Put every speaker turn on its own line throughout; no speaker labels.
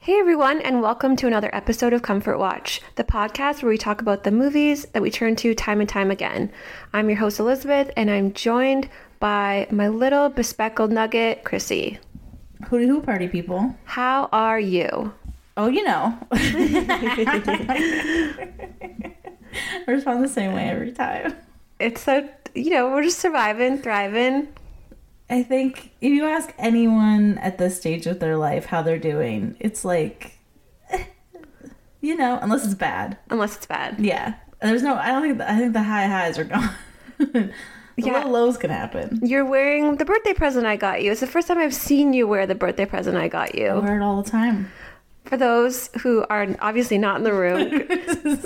Hey everyone, and welcome to another episode of Comfort Watch, the podcast where we talk about the movies that we turn to time and time again. I'm your host, Elizabeth, and I'm joined by my little bespeckled nugget, Chrissy.
Hootie Hoo Party people.
How are you?
Oh, you know. I respond the same way every time.
It's so, you know, we're just surviving, thriving.
I think if you ask anyone at this stage of their life how they're doing, it's like, you know, unless it's bad.
Unless it's bad.
Yeah. There's no, I don't think, I think the high highs are gone. the
Yeah.
low lows can happen.
You're wearing the birthday present I got you. It's the first time I've seen you wear the birthday present I got you.
I wear it all the time.
For those who are obviously not in the room,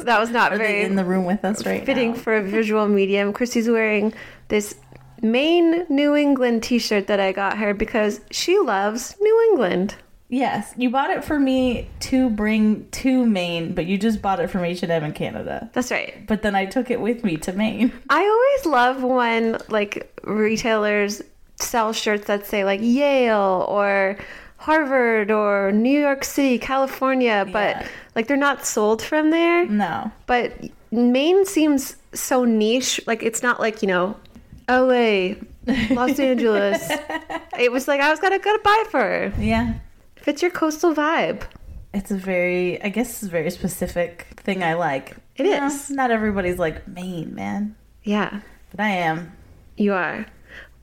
that was not
Are
very
they in the room with us right
fitting
now?
for a visual medium. Christy's wearing this Maine New England t shirt that I got her because she loves New England.
Yes. You bought it for me to bring to Maine, but you just bought it from H&M in Canada.
That's right.
But then I took it with me to Maine.
I always love when like retailers sell shirts that say like Yale or Harvard or New York City, California, but
Yeah.
like they're not sold from there.
No.
But Maine seems so niche. Like it's not like you know, L.A., Los Angeles. It was like I was gonna gotta buy it for her.
Yeah.
Fits your coastal vibe.
It's a very, I guess, it's a very specific thing I like.
It
It
is.
is Not everybody's like Maine, man,
Yeah,
but I am.
you are.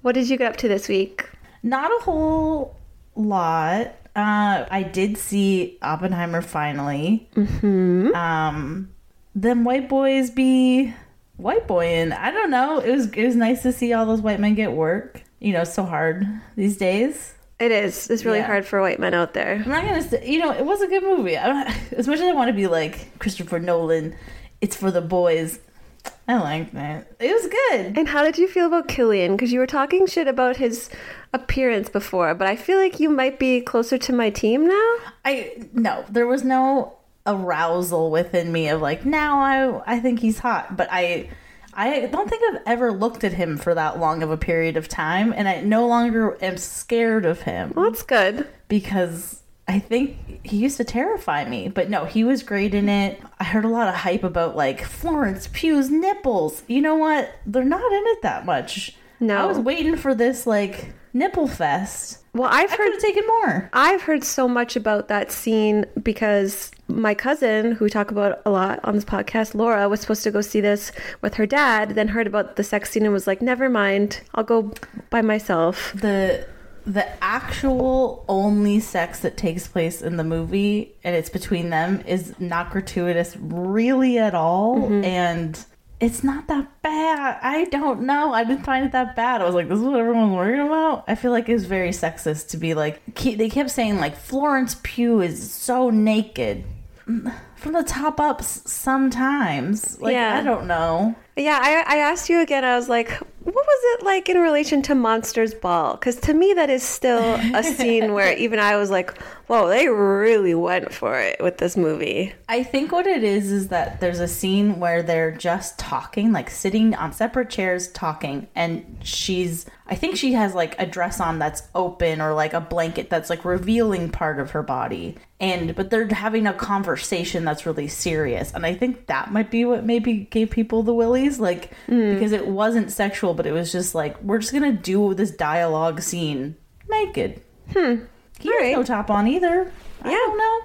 What did you get up to this week?
Not a whole lot. Uh, I did see Oppenheimer finally. Mm-hmm. Um, them white boys be white boying. I don't know. It was it was nice to see all those white men get work. You know, it's so hard these days.
It is. It's really
Yeah.
hard for white men out there.
I'm not gonna say, you know, it was a good movie. I don't, as much as I want to be like Christopher Nolan, it's for the boys. I liked that. It was good.
And how did you feel about Killian? Because you were talking shit about his appearance before, but I feel like you might be closer to my team now.
I no, there was no arousal within me of like now I I think he's hot, but I I don't think I've ever looked at him for that long of a period of time, and I no longer am scared of him.
Well, that's good.
because I think he used to terrify me. But no, he was great in it. I heard a lot of hype about like Florence Pugh's nipples. You know what? They're not in it that much.
No.
I was waiting for this like nipple fest.
Well, I've
I
heard
could have taken more.
I've heard so much about that scene because my cousin, who we talk about a lot on this podcast, Laura, was supposed to go see this with her dad, then heard about the sex scene and was like, never mind, I'll go by myself.
The the actual only sex that takes place in the movie and it's between them is not gratuitous really at all and it's not that bad. I don't know. I didn't find it that bad. I was like, this is what everyone's worrying about. I feel like it's very sexist to be like, ke- they kept saying, like, Florence Pugh is so naked. Mm, From the top up, s- sometimes. Like,
Yeah.
I don't know.
Yeah, I, I asked you again, I was like, what was it like in relation to Monsters Ball? Because to me, that is still a scene where even I was like, whoa, they really went for it with this movie.
I think what it is is that there's a scene where they're just talking, like sitting on separate chairs talking, and she's I think she has like a dress on that's open or like a blanket that's like revealing part of her body. And but they're having a conversation that's really serious. And I think that might be what maybe gave people the willies, like because it wasn't sexual, but it was just like we're just gonna do this dialogue scene naked. He has
Alright.
no top on either. I
Yeah.
don't know.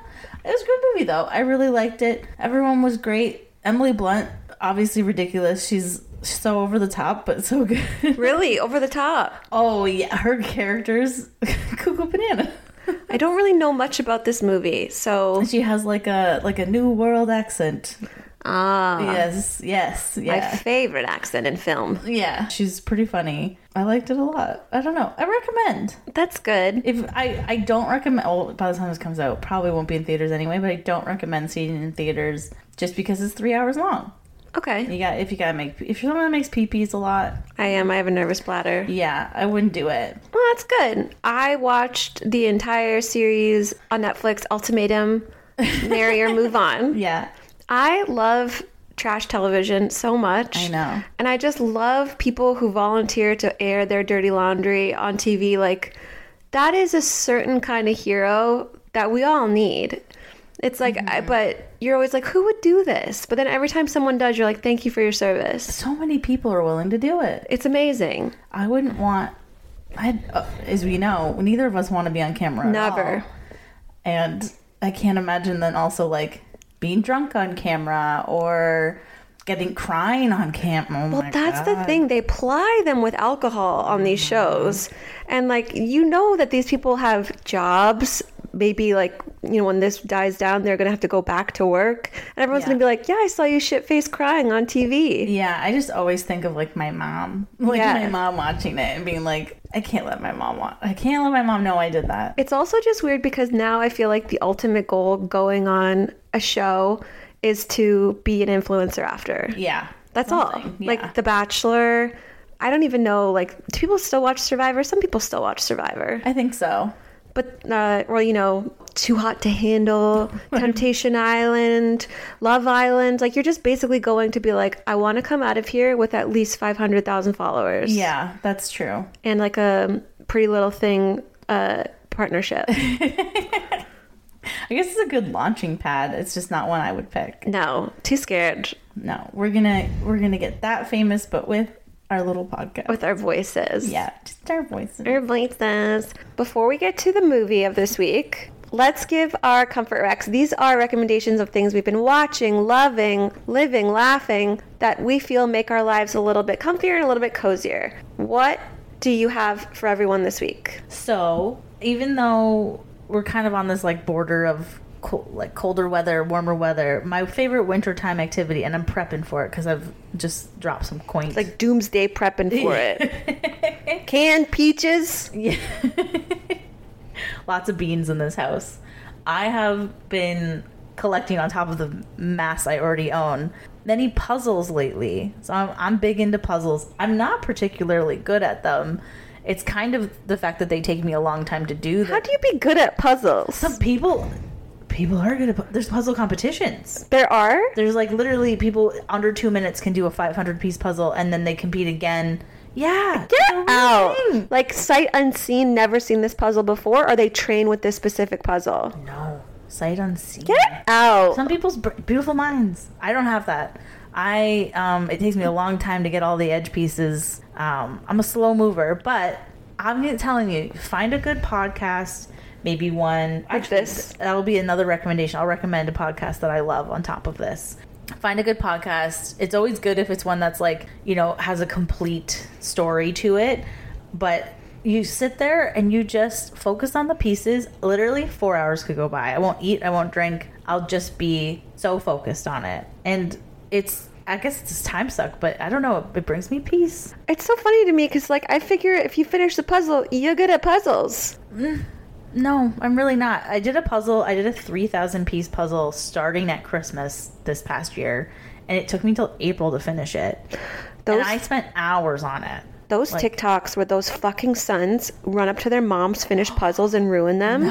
It was a good movie though. I really liked it. Everyone was great. Emily Blunt, obviously ridiculous. She's so over the top, but so good.
Really, over the top.
oh yeah, her character's cuckoo banana.
I don't really know much about this movie, so.
She has like a like a new world accent.
Ah.
yes, yes,
my
yeah.
favorite accent in film.
yeah, she's pretty funny. I liked it a lot. I don't know. I recommend.
That's good.
If I I don't recommend. Well, by the time this comes out, probably won't be in theaters anyway. But I don't recommend seeing it in theaters just because it's three hours long.
Okay.
You got if you gotta make if you're someone that makes peepees a lot.
I am. I have a nervous bladder.
Yeah, I wouldn't do it.
Well, that's good. I watched the entire series on Netflix Ultimatum Marry or Move On.
Yeah,
I love trash television so much.
I know.
And I just love people who volunteer to air their dirty laundry on TV. Like, that is a certain kind of hero that we all need. It's like, I,
Mm-hmm.
but you're always like, who would do this? But then every time someone does, you're like, thank you for your service.
So many people are willing to do it.
It's amazing.
I wouldn't want. I, uh, as we know, neither of us want to be on camera. at
Never.
all. And I can't imagine then also like being drunk on camera or getting crying on oh camera.
Well, that's the thing. They ply them with alcohol on these
Mm-hmm.
shows. And, like, you know that these people have jobs. Maybe, like, you know, when this dies down, they're going to have to go back to work. And everyone's
Yeah.
going to be like, yeah, I saw you shit face crying on TV.
Yeah, I just always think of like my mom, like
Yeah.
my mom watching it and being like, I can't let my mom watch. I can't let my mom know I did that.
It's also just weird because now I feel like the ultimate goal going on a show is to be an influencer after.
Yeah,
That's all.
something, yeah.
Like The Bachelor. I don't even know. Like, do people still watch Survivor? Some people still watch Survivor.
I think so.
But, uh, or, you know, Too Hot to Handle, Temptation Island, Love Island. Like, you're just basically going to be like, I want to come out of here with at least 500,000 followers.
Yeah, that's true.
And like a pretty little thing uh, partnership.
I guess it's a good launching pad. It's just not one I would pick.
no, too scared.
No, we're gonna we're gonna get that famous, but with our little podcast.
with our voices.
yeah, just our voices.
Our voices. Before we get to the movie of this week, let's give our comfort recs. These are recommendations of things we've been watching, loving, living, laughing that we feel make our lives a little bit comfier and a little bit cozier. What do you have for everyone this week?
So even though we're kind of on this like border of cool, like colder weather, warmer weather, my favorite wintertime activity, and I'm prepping for it because I've just dropped some coins.
Like doomsday prepping for it. Canned peaches.
lots of beans in this house. I have been collecting on top of the mass I already own many puzzles lately. So I'm, I'm big into puzzles. I'm not particularly good at them. It's kind of the fact that they take me a long time to do.
How
That
do you be good at puzzles?
some people people are good at pu- there's puzzle competitions.
There are?
There's like literally people under two minutes can do a 500 piece puzzle and then they compete again. Yeah, it's a
Get
real
out!
thing.
Like sight unseen, never seen this puzzle before, or they train with this specific puzzle.
No, sight unseen.
Get out.
some people's br- beautiful minds i don't have that i um it takes me a long time to get all the edge pieces um i'm a slow mover but i'm telling you find a good podcast maybe one actually,
this?
th- that'll be another recommendation i'll recommend a podcast that i love on top of this find a good podcast it's always good if it's one that's like you know has a complete story to it but you sit there and you just focus on the pieces. Literally, four hours could go by. I won't eat, I won't drink. I'll just be so focused on it. And it's, I guess it's a time suck, but I don't know. It brings me peace.
It's so funny to me because, like, I figure if you finish the puzzle, you're good at puzzles.
No, I'm really not. I did a puzzle. I did a 3,000 piece puzzle starting at Christmas this past year, and it took me till April to finish it.
Those
and I spent hours on it.
those TikToks where those fucking sons run up to their moms, finish puzzles, and ruin them.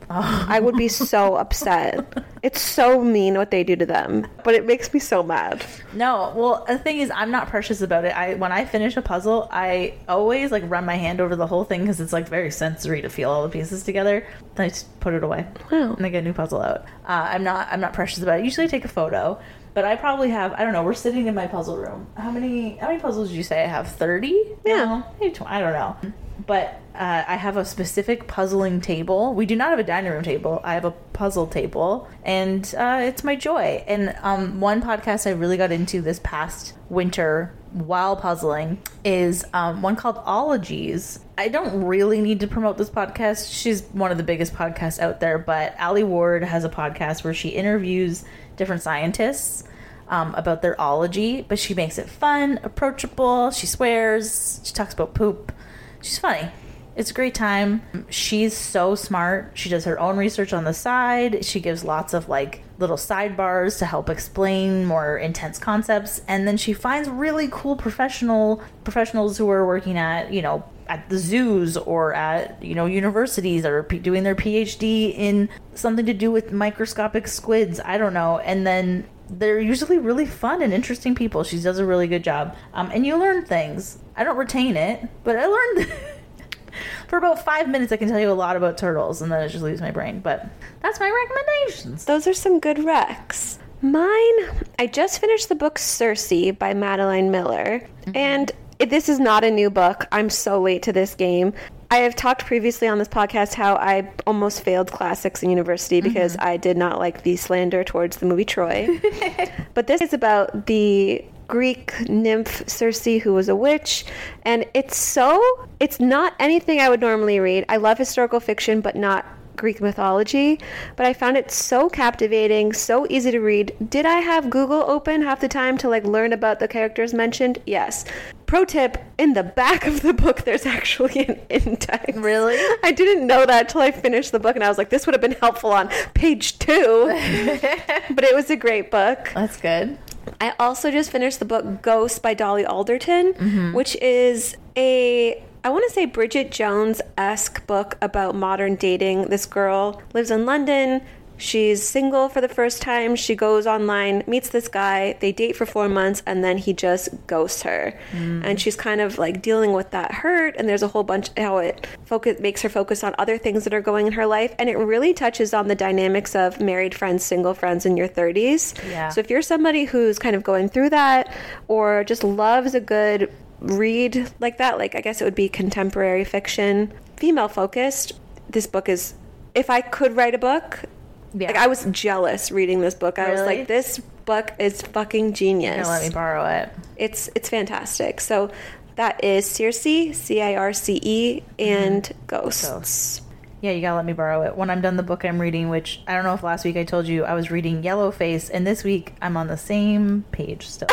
I would be so upset. It's so mean what they do to them, but it makes me so mad.
No, well, the thing is, I'm not precious about it. I when I finish a puzzle, I always like run my hand over the whole thing because it's like very sensory to feel all the pieces together. Then I just put it away
Wow.
and I get a new puzzle out. Uh, I'm not I'm not precious about it. I usually take a photo, but I probably have I don't know. We're sitting in my puzzle room. How many how many puzzles did you say I have? Thirty?
Yeah.
No, maybe 20, I don't know. But uh, I have a specific puzzling table. We do not have a dining room table. I have a puzzle table, and uh, it's my joy. And um, one podcast I really got into this past winter while puzzling is um, one called Ologies. I don't really need to promote this podcast. She's one of the biggest podcasts out there, but Ali Ward has a podcast where she interviews different scientists um, about their ology, but she makes it fun, approachable. She swears. She talks about poop. She's funny. It's a great time. She's so smart. She does her own research on the side. She gives lots of like little sidebars to help explain more intense concepts, and then she finds really cool professional professionals who are working at you know at the zoos or at you know universities that are p- doing their PhD in something to do with microscopic squids. I don't know, and then they're usually really fun and interesting people. She does a really good job, um, and you learn things. I don't retain it, but I learned. for about five minutes, I can tell you a lot about turtles, and then it just leaves my brain. But that's my recommendations.
Those are some good recs. Mine, I just finished the book Circe by Madeline Miller. And it- this is not a new book. I'm so late to this game. I have talked previously on this podcast how I almost failed classics in university because I did not like the slander towards the movie Troy. but this is about the Greek nymph Circe who was a witch and it's so it's not anything I would normally read. I love historical fiction but not Greek mythology, but I found it so captivating, so easy to read. Did I have Google open half the time to like learn about the characters mentioned? Yes. Pro tip, in the back of the book there's actually an index.
Really?
I didn't know that till I finished the book and I was like this would have been helpful on page 2. but it was a great book.
That's good.
I also just finished the book Ghost by Dolly Alderton, which is a I want to say Bridget Jones esque book about modern dating. This girl lives in London. She's single for the first time. She goes online, meets this guy. They date for four months, and then he just ghosts her. And she's kind of like dealing with that hurt. And there's a whole bunch how it focus makes her focus on other things that are going in her life. And it really touches on the dynamics of married friends, single friends in your 30s.
Yeah.
So if you're somebody who's kind of going through that or just loves a good read like that, like I guess it would be contemporary fiction, female focused, this book is if I could write a book,
Yeah.
like I was jealous reading this book. I was
Really?
like this book is fucking
Here,
genius.
let me borrow it.
It's it's fantastic. So that is Circe, C I R C E and
Mm-hmm.
Ghosts.
Yeah, you gotta let me borrow it. When I'm done the book I'm reading, which I don't know if last week I told you I was reading Yellowface, and this week I'm on the same page still.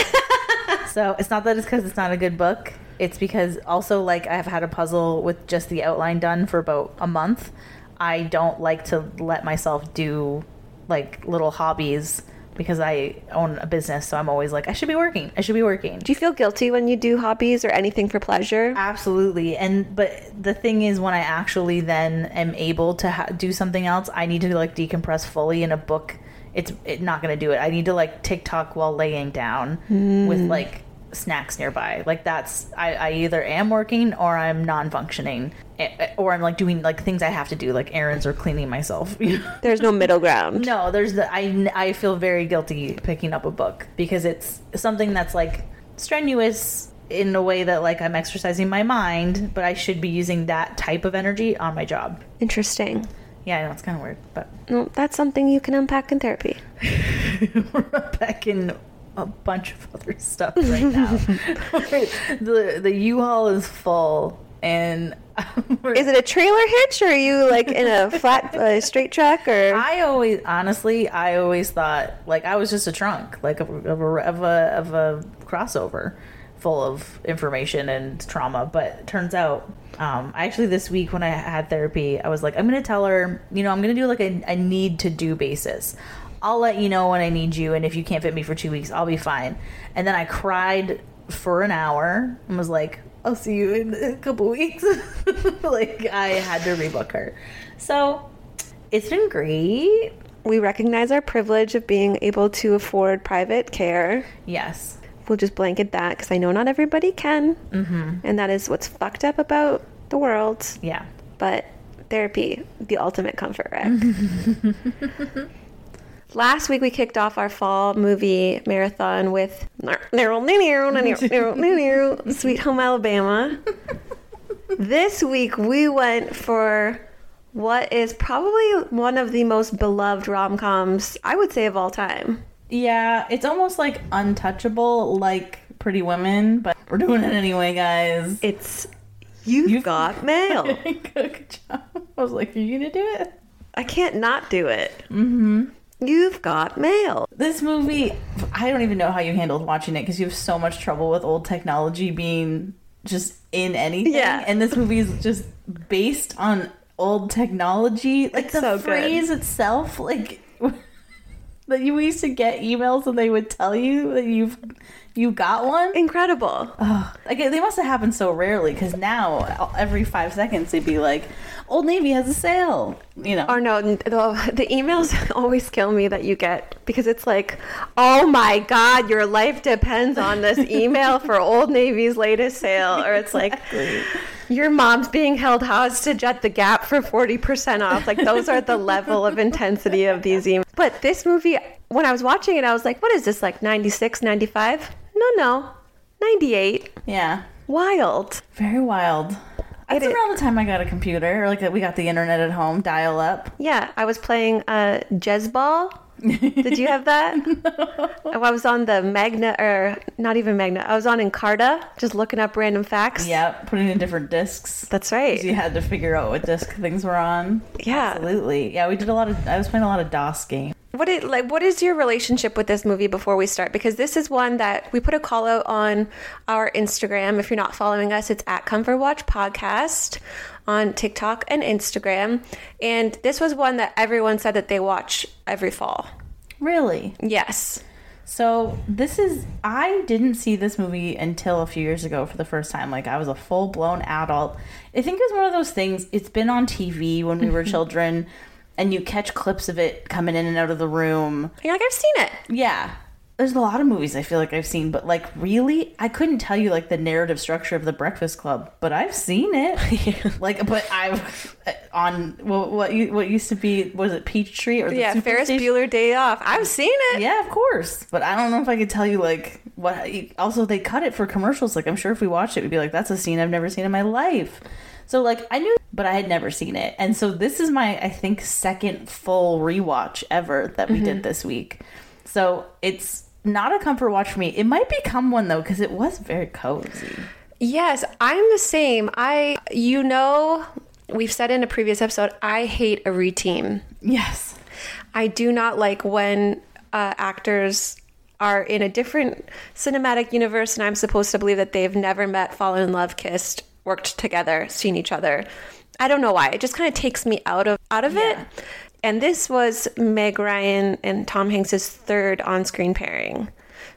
so it's not that it's because it's not a good book. It's because also like I've had a puzzle with just the outline done for about a month. I don't like to let myself do like little hobbies because I own a business, so I'm always like I should be working. I should be working.
Do you feel guilty when you do hobbies or anything for pleasure?
Uh, Absolutely. And but the thing is when I actually then am able to ha- do something else, I need to like decompress fully in a book. It's it, not going to do it. I need to like TikTok while laying down with like snacks nearby. Like that's I, I either am working or I'm non-functioning Eh, eh, or I'm like doing like things I have to do like errands or cleaning myself. you know?
There's no middle ground.
No, there's the I I feel very guilty picking up a book because it's something that's like strenuous in a way that like I'm exercising my mind, but I should be using that type of energy on my job.
Interesting.
Yeah, I know it's kind of weird, but
No, that's something you can unpack in therapy.
we're back in a bunch of other stuff right now. the the U-Haul is full and we're-
Is it a trailer hitch or are you like in a flat uh, straight truck or
I always, honestly, I always thought like I was just a trunk, like of a, of a of a, of a crossover full of information and trauma. But turns out, um, actually, this week when I had therapy, I was like, I'm gonna tell her, you know, I'm gonna do like a, a need to do basis. I'll let you know when I need you, and if you can't fit me for two weeks, I'll be fine. And then I cried for an hour and was like, I'll see you in a couple weeks. like I had to rebook her. So it's been great.
we recognize our privilege of being able to afford private care?
Yes.
We'll just blanket that because I know not everybody can. Mm-hmm. And that is what's fucked up about the world.
Yeah.
But therapy, the ultimate comfort rec. Last week we kicked off our fall movie marathon with Sweet Home Alabama. This week we went for what is probably one of the most beloved rom coms I would say of all time.
Yeah. It's almost like untouchable, like Pretty Women, but we're doing it anyway, guys.
It's You've,
You've-
Got Mail.
Good job. I was like, are you going to do it?
I can't not do it. Mm-hmm. You've Got Mail.
This movie, I don't even know how you handled watching it because you have so much trouble with old technology being just in anything.
Yeah.
And this movie is just based on old technology. Like
It's
the
so good.
phrase itself, like that you used to get emails and they would tell you that you've you got one.
Incredible.
Ugh. Like they must have happened so rarely because now every five seconds they'd be like, "Old Navy has a sale," you know.
Or Oh, no, n- the, the emails always kill me that you get because it's like, oh my God, your life depends on this email for Old Navy's latest sale. Or it's like, Your mom's being held hostage at the Gap for 40% off. Like, those are the level of intensity of these emails. But this movie, when I was watching it, I was like, what is this, like 96, 95? No, no, 98.
Yeah.
Wild.
Very wild. That's
It-
around the time I got a computer, or like we got the internet at home, dial up.
Yeah, I was playing uh, Jez Ball. Did you have that? Oh, I was on the Magna, or not even Magna, I was on Encarta, just looking up random facts.
Yep, putting in different discs.
That's right.
You had to figure out what disc things were on.
Yeah.
Absolutely. Yeah, we did a lot of, I was playing a lot of DOS games.
What it like? What is your relationship with this movie before we start? Because this is one that we put a call out on our Instagram. If you're not following us, it's at Come for Watch Podcast on TikTok and Instagram. And this was one that everyone said that they watch every fall.
Really?
Yes.
So this is I didn't see this movie until a few years ago for the first time. Like I was a full blown adult. I think it was one of those things. It's been on TV when we were children, and you catch clips of it coming in and out of the room.
You're like, I've seen it.
Yeah. There's a lot of movies I feel like I've seen, but like really, I couldn't tell you like the narrative structure of The Breakfast Club, but I've seen it. Like, but I've on well, what you, what used to be was it Peachtree or the
Yeah,
Superstation?
Ferris Bueller Day Off. I've seen it.
Yeah, of course. But I don't know if I could tell you like what. Also, they cut it for commercials. Like I'm sure if we watched it, we'd be like, "That's a scene I've never seen in my life." So like I knew, but I had never seen it, and so this is my I think second full rewatch ever that we
Mm-hmm.
did this week. So it's not a comfort watch for me. It might become one though because it was very cozy.
Yes, I'm the same. I, you know, we've said in a previous episode, I hate a reteam.
Yes.
I do not like when uh, actors are in a different cinematic universe and I'm supposed to believe that they've never met, fallen in love, kissed, worked together, seen each other. I don't know why. It just kind of takes me out of out of
Yeah.
it. And this was Meg Ryan and Tom Hanks's third on-screen pairing.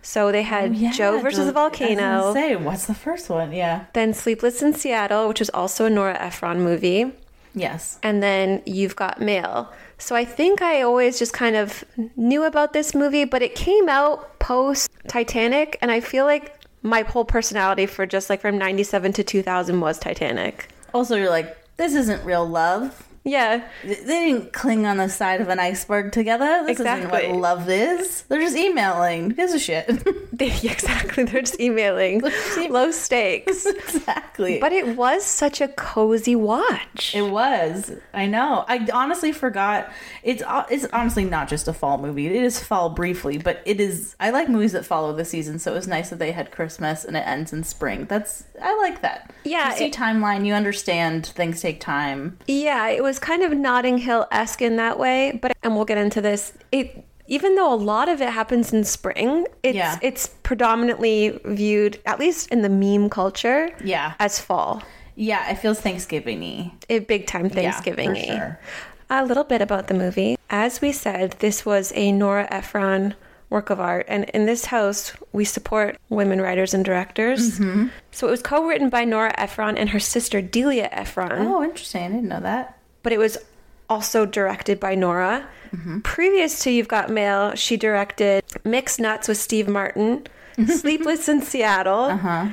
So they
Oh,
had Joe versus the volcano,
Say what's the first one? Yeah.
then Sleepless in Seattle, which was also a Nora Ephron movie
Yes.
and then you've got mail. So I think I always just kind of knew about this movie, but it came out post Titanic, and I feel like my whole personality for just like from 97 to 2000 was Titanic.
Also, you're like, this isn't real love.
Yeah.
They didn't cling on the side of an iceberg together. This
Exactly.
isn't what love is. They're just emailing. Who gives a shit?
They, exactly. They're just emailing low stakes.
exactly.
But it was such a cozy watch.
it was. I know. I honestly forgot. It's o- it's honestly not just a fall movie. It is fall briefly, but it is. I like movies that follow the season, so it was nice that they had Christmas and it ends in spring. That's I like that.
Yeah,
You see
it-
timeline. You understand things take time.
Yeah, it was kind of Notting Hill esque in that way, but and we'll get into this. It even though a lot of it happens in spring, it's
Yeah.
it's predominantly viewed, at least in the meme culture,
Yeah.
as fall.
Yeah, it feels Thanksgiving-y.
A big time
Yeah,
Thanksgiving.
for sure.
A little bit about the movie. As we said, this was a Nora Ephron work of art, and in this house, we support women writers and directors.
Mm-hmm.
So it was co-written by Nora Ephron and her sister Delia Ephron
Oh, interesting. I didn't know that.
but it was also directed by Nora.
Mm-hmm.
Previous to You've Got Mail, she directed Mixed Nuts with Steve Martin, Sleepless in Seattle.
Uh-huh.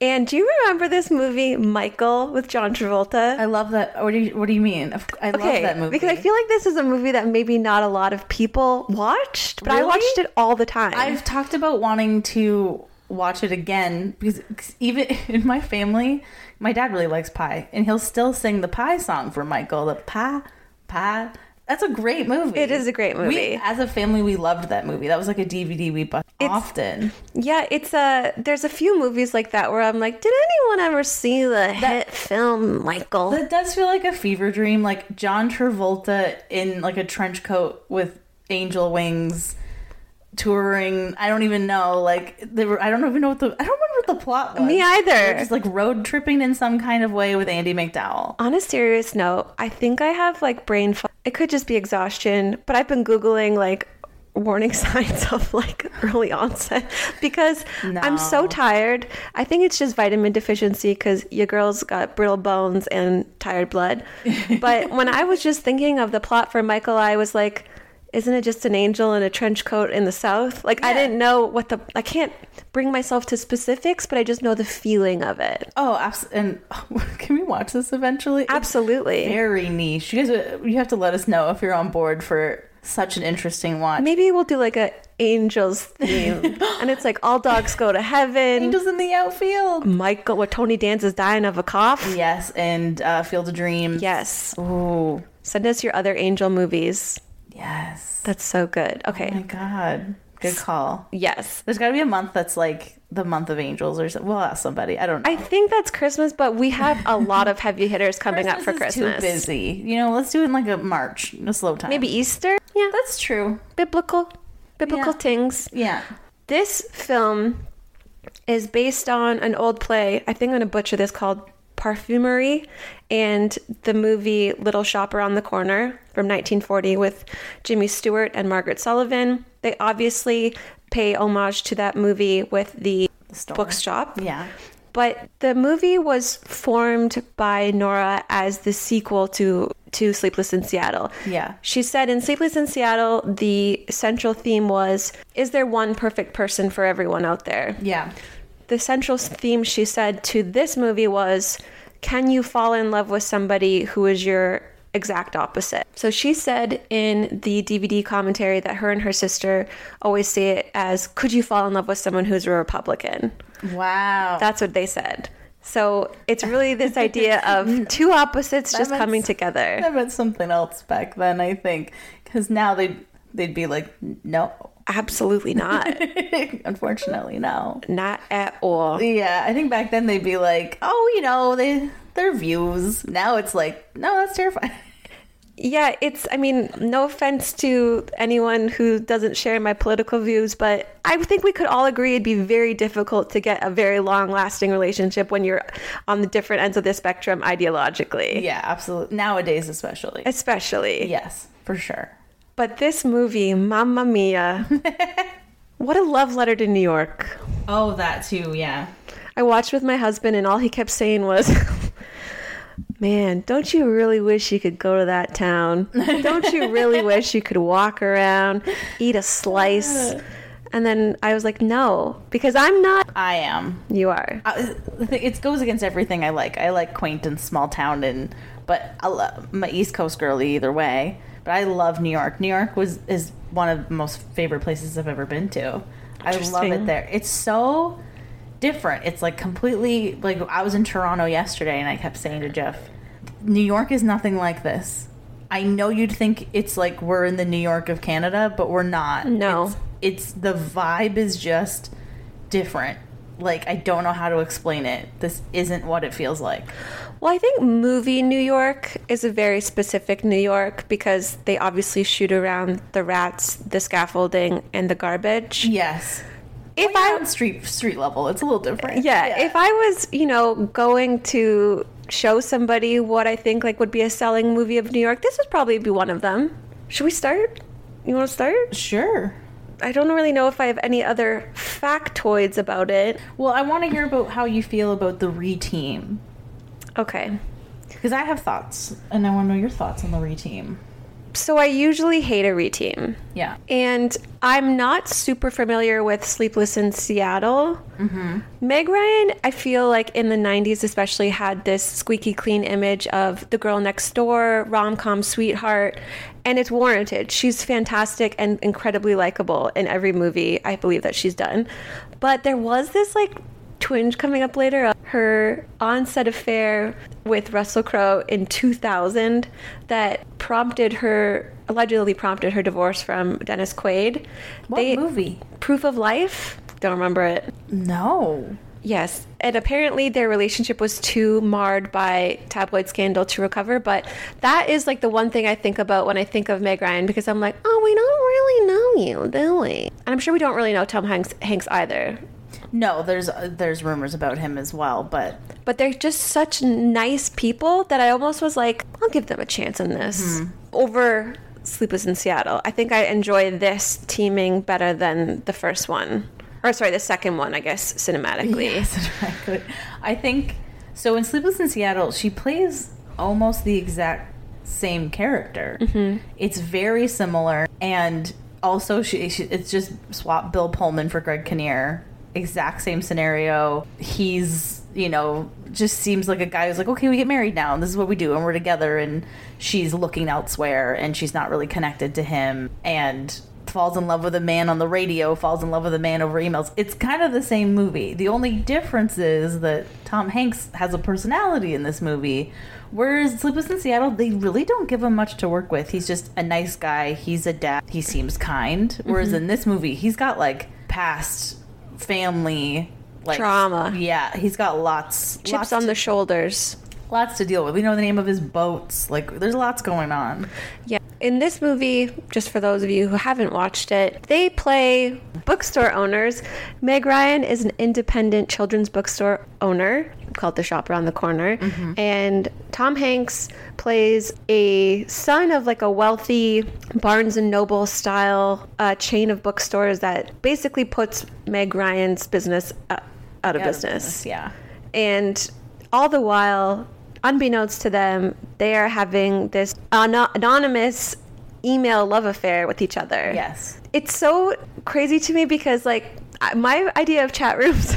And do you remember this movie, Michael, with John Travolta?
I love that. What do you What do you mean? Of- I love that movie
because I feel like this is a movie that maybe not a lot of people watched, but I
Really?
watched it all the time.
I've talked about wanting to watch it again because even in my family, my dad really likes pie, and he'll still sing the pie song for Michael. The pie, pie. That's a great movie.
It is a great
We-
movie.
as a family, we loved that movie. That was like a DVD we bought often.
yeah, it's a there's a few movies like that where I'm like, did anyone ever see the hit film Michael?
That does feel like a fever dream, like John Travolta in like a trench coat with angel wings, touring. I don't even know. Like they were. I don't even know what the. I don't remember what the plot was.
Me either.
They were Just like road tripping in some kind of way with Andy McDowell.
On a serious note, I think I have like brain fog. It could just be exhaustion, but I've been Googling like warning signs of like early onset because I'm so
No.
tired. I think it's just vitamin deficiency because your girl's got brittle bones and tired blood. But when I was just thinking of the plot for Michael, I was like, isn't it just an angel in a trench coat in the South? Like, I didn't know what the, I can't bring myself to specifics, but I just know the feeling of it.
Oh, abs- and can we watch this eventually? It's
Absolutely.
very niche. You guys, you have to let us know if you're on board for such an interesting watch.
Maybe we'll do like a angels theme, and it's like all dogs go to heaven.
Angels in the outfield.
Michael, what Tony Danz is dying of a cough.
Yes, and uh, Field of Dreams.
Yes.
Ooh.
Send us your other angel movies.
Yes.
That's so good. Okay.
Oh my God. Good call.
yes.
There's got to be a month that's like the month of angels or something. We'll ask somebody. I don't know.
I think that's Christmas, but we have a lot of heavy hitters coming up for
is too
Christmas.
busy. You know, let's do it in like a March, a slow time.
Maybe Easter? Yeah.
That's true.
biblical. Biblical
Yeah.
things.
Yeah.
This film is based on an old play. I think I'm going to butcher this called Parfumery and the movie Little Shop Around the Corner from 1940 with Jimmy Stewart and Margaret Sullivan. They obviously pay homage to that movie with the
The store.
bookshop.
Yeah.
But the movie was formed by Nora as the sequel to to Sleepless in Seattle.
Yeah.
She said in Sleepless in Seattle, the central theme was is there one perfect person for everyone out there?
Yeah.
The central theme she said to this movie was can you fall in love with somebody who is your exact opposite? So she said in the DVD commentary that her and her sister always say it as could you fall in love with someone who's a Republican?
Wow.
That's what they said. So it's really this idea of two opposites just
meant-
coming together.
I meant something else back then, I think, because now they they'd be like, no,
Absolutely not.
unfortunately, no.
not at all.
Yeah, I think back then they'd be like, oh, you know, they their views. Now it's like, no, that's terrifying.
Yeah, it's, I mean, no offense to anyone who doesn't share my political views, but I think we could all agree it'd be very difficult to get a very long lasting relationship when you're on the different ends of the spectrum ideologically,
Yeah, absolutely. Nowadays, especially.
especially.
Yes, for sure.
But this movie, Mamma Mia, what a love letter to New York.
Oh, that too. Yeah.
I watched with my husband, and all he kept saying was, Man, don't you really wish you could go to that town? Don't you really wish you could walk around, eat a slice? And then I was like, No, because I'm not.
I am.
You are.
I- the thing- It goes against everything I like. I like quaint and small town, and but I love my East Coast girly either way. But I love New York. New York was is one of the most favorite places I've ever been to. I love
Interesting.
it there. It's so different. It's like completely like I was in Toronto yesterday, and I kept saying to Jeff, "New York is nothing like this." I know you'd think it's like we're in the New York of Canada, but we're not.
No.
It's- it's the vibe is just different. Like I don't know how to explain it. This isn't what it feels like.
Well, I think movie New York is a very specific New York because they obviously shoot around the rats, the scaffolding, and the garbage.
Yes.
If
Well, you're
I
on street street level, it's a little different.
yeah, if I was, you know, going to show somebody what I think like would be a selling movie of New York, this would probably be one of them. Should we start? You want to start?
sure.
I don't really know if I have any other factoids about it.
Well, I want to hear about how you feel about the reteam
Okay.
because I have thoughts, and I want to know your thoughts on the reteam.
So I usually hate a reteam.
Yeah.
And I'm not super familiar with Sleepless in Seattle. Meg Ryan, I feel like in the 90s, especially, had this squeaky clean image of the girl next door, rom com sweetheart, and it's warranted. She's fantastic and incredibly likable in every movie I believe that she's done. But there was this like twinge coming up later of her onset affair with Russell Crowe in 2000 that prompted her allegedly prompted her divorce from Dennis Quaid.
What
They-
movie?
Proof of Life? Don't remember it.
No.
Yes. And apparently their relationship was too marred by tabloid scandal to recover. But that is like the one thing I think about when I think of Meg Ryan because I'm like, oh, we don't really know you, do we? And I'm sure we don't really know Tom Hanks, Hanks either.
No, there's uh, there's rumors about him as well, but
But they're just such nice people that I almost was like, I'll give them a chance in this
Mm-hmm.
over Sleepless in Seattle. I think I enjoy this teaming better than the first one. Or sorry, the second one, I guess, cinematically.
Yes, exactly. I think so. In Sleepless in Seattle, she plays almost the exact same character. It's very similar, and also she, she it's just swap Bill Pullman for Greg Kinnear. Exact same scenario. He's you know just seems like a guy who's like, okay, we get married now, and this is what we do, and we're together, and she's looking elsewhere, and she's not really connected to him, and falls in love with a man on the radio, falls in love with a man over emails. It's kind of the same movie. The only difference is that Tom Hanks has a personality in this movie, whereas Sleepless in Seattle, they really don't give him much to work with. He's just a nice guy. He's a dad. He seems kind. Whereas
Mm-hmm.
in this movie, he's got like past family. Like,
Trauma.
Yeah, he's got lots
Chips
lots
on
to-
the shoulders.
lots to deal with. We know the name of his boats. Like, there's lots going on.
Yeah. In this movie, just for those of you who haven't watched it, they play bookstore owners. Meg Ryan is an independent children's bookstore owner called The Shop Around the Corner. And Tom Hanks plays a son of like a wealthy Barnes and Noble style uh, chain of bookstores that basically puts Meg Ryan's business uh, out of business.
Yeah.
And all the while, unbeknownst to them, they are having this ano- anonymous email love affair with each other.
Yes.
It's so crazy to me because, like, I- my idea of chat rooms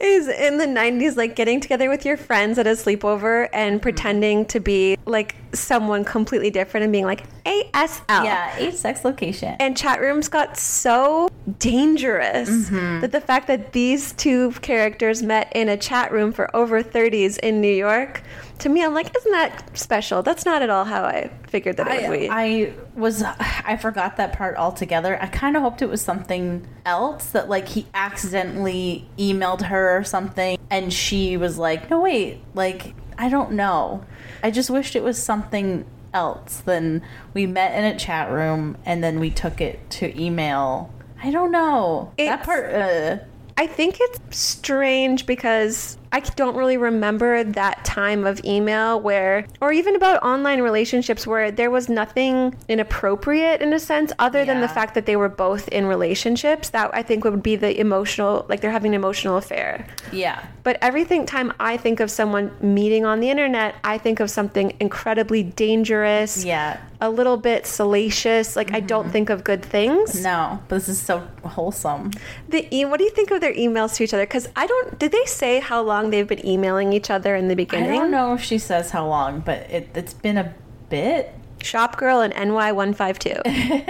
is in the 90s, like getting together with your friends at a sleepover and pretending to be like someone completely different and being like ASL.
Yeah. Age, sex, location.
And chat rooms got so dangerous
Mm-hmm.
that the fact that these two characters met in a chat room for over 30s in New York, to me, I'm like, isn't that special? That's not at all how I figured that it would be.
I, I was I forgot that part altogether. I kind of hoped it was something else that like he accidentally emailed her or something and she was like, "No wait, like I don't know. I just wished it was something else than we met in a chat room and then we took it to email. I don't know. that
It's-
part uh,
I think it's strange because I don't really remember that time of email where, or even about online relationships where there was nothing inappropriate in a sense, other than the
Yeah.
fact that they were both in relationships. That I think would be the emotional, like they're having an emotional affair.
yeah.
But every think- time I think of someone meeting on the internet, I think of something incredibly dangerous,
Yeah. Mm-hmm.
a little bit salacious. Like I don't think of good things.
No, but this is so wholesome.
The e- what do you think of their emails to each other? Because I don't. Did they say how long they've been emailing each other in the
I
beginning?
don't know if she says how long, but it, it's been a bit.
Shop girl and NY one five two.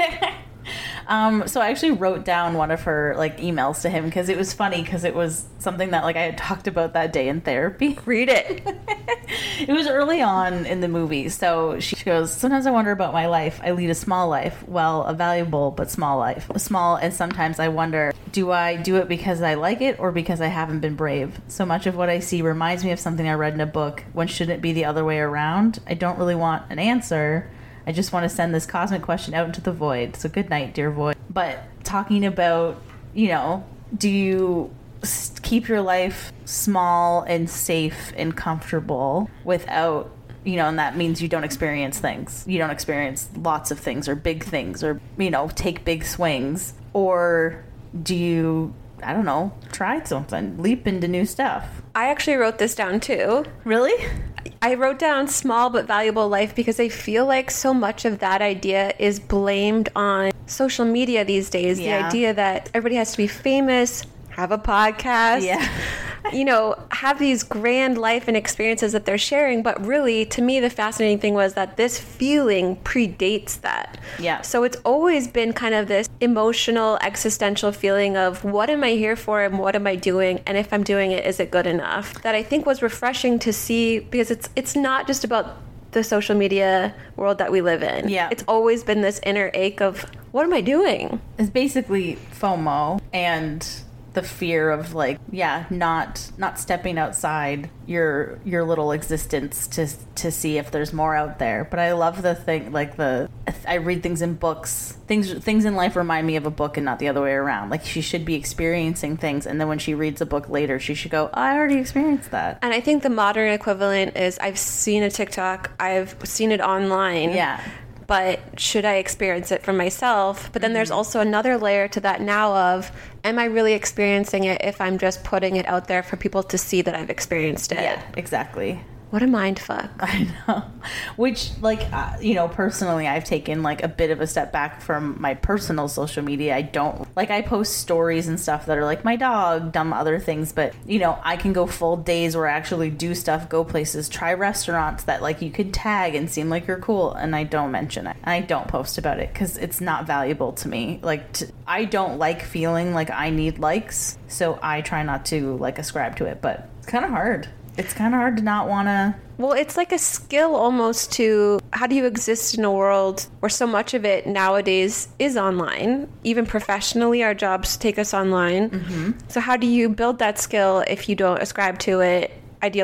Um, so I actually wrote down one of her like emails to him because it was funny because it was something that like I had talked about that day in therapy.
Read it.
it was early on in the movie, so she goes. Sometimes I wonder about my life. I lead a small life, well, a valuable but small life, small. And sometimes I wonder, do I do it because I like it or because I haven't been brave? So much of what I see reminds me of something I read in a book. When shouldn't it be the other way around? I don't really want an answer. I just want to send this cosmic question out into the void. So good night, dear void. But talking about, you know, do you s- keep your life small and safe and comfortable without, you know, and that means you don't experience things. You don't experience lots of things or big things or, you know, take big swings. Or do you, I don't know, try something, leap into new stuff?
I actually wrote this down too.
Really?
I wrote down small but valuable life because I feel like so much of that idea is blamed on social media these days. The
Yeah.
idea that everybody has to be famous, have a podcast,
Yeah.
you know, have these grand life and experiences that they're sharing. But really, to me, the fascinating thing was that this feeling predates that.
Yeah.
So it's always been kind of this emotional, existential feeling of what am I here for and what am I doing? And if I'm doing it, is it good enough? That I think was refreshing to see because it's it's not just about the social media world that we live in.
Yeah.
It's always been this inner ache of what am I doing?
It's basically FOMO and the fear of like yeah not not stepping outside your your little existence to to see if there's more out there but i love the thing like the i read things in books things things in life remind me of a book and not the other way around like she should be experiencing things and then when she reads a book later she should go i already experienced that
And I think the modern equivalent is I've seen a TikTok, I've seen it online.
yeah
but should I experience it for myself? But then there's also another layer to that now of am I really experiencing it if I'm just putting it out there for people to see that I've experienced it?
yeah exactly
What a mind fuck.
I know. Which, like, uh, you know, personally, I've taken like a bit of a step back from my personal social media. I don't like I post stories and stuff that are like my dog, dumb other things, but you know, I can go full days where I actually do stuff, go places, try restaurants that like you could tag and seem like you're cool, and I don't mention it. And I don't post about it because it's not valuable to me. Like, t- I don't like feeling like I need likes, so I try not to like ascribe to it. But it's kind of hard. It's kind of hard to not want to
Well, it's like a skill almost to how do you exist in a world where so much of it nowadays is online? Even professionally, our jobs take us online. So, how do you build that skill if you don't ascribe to it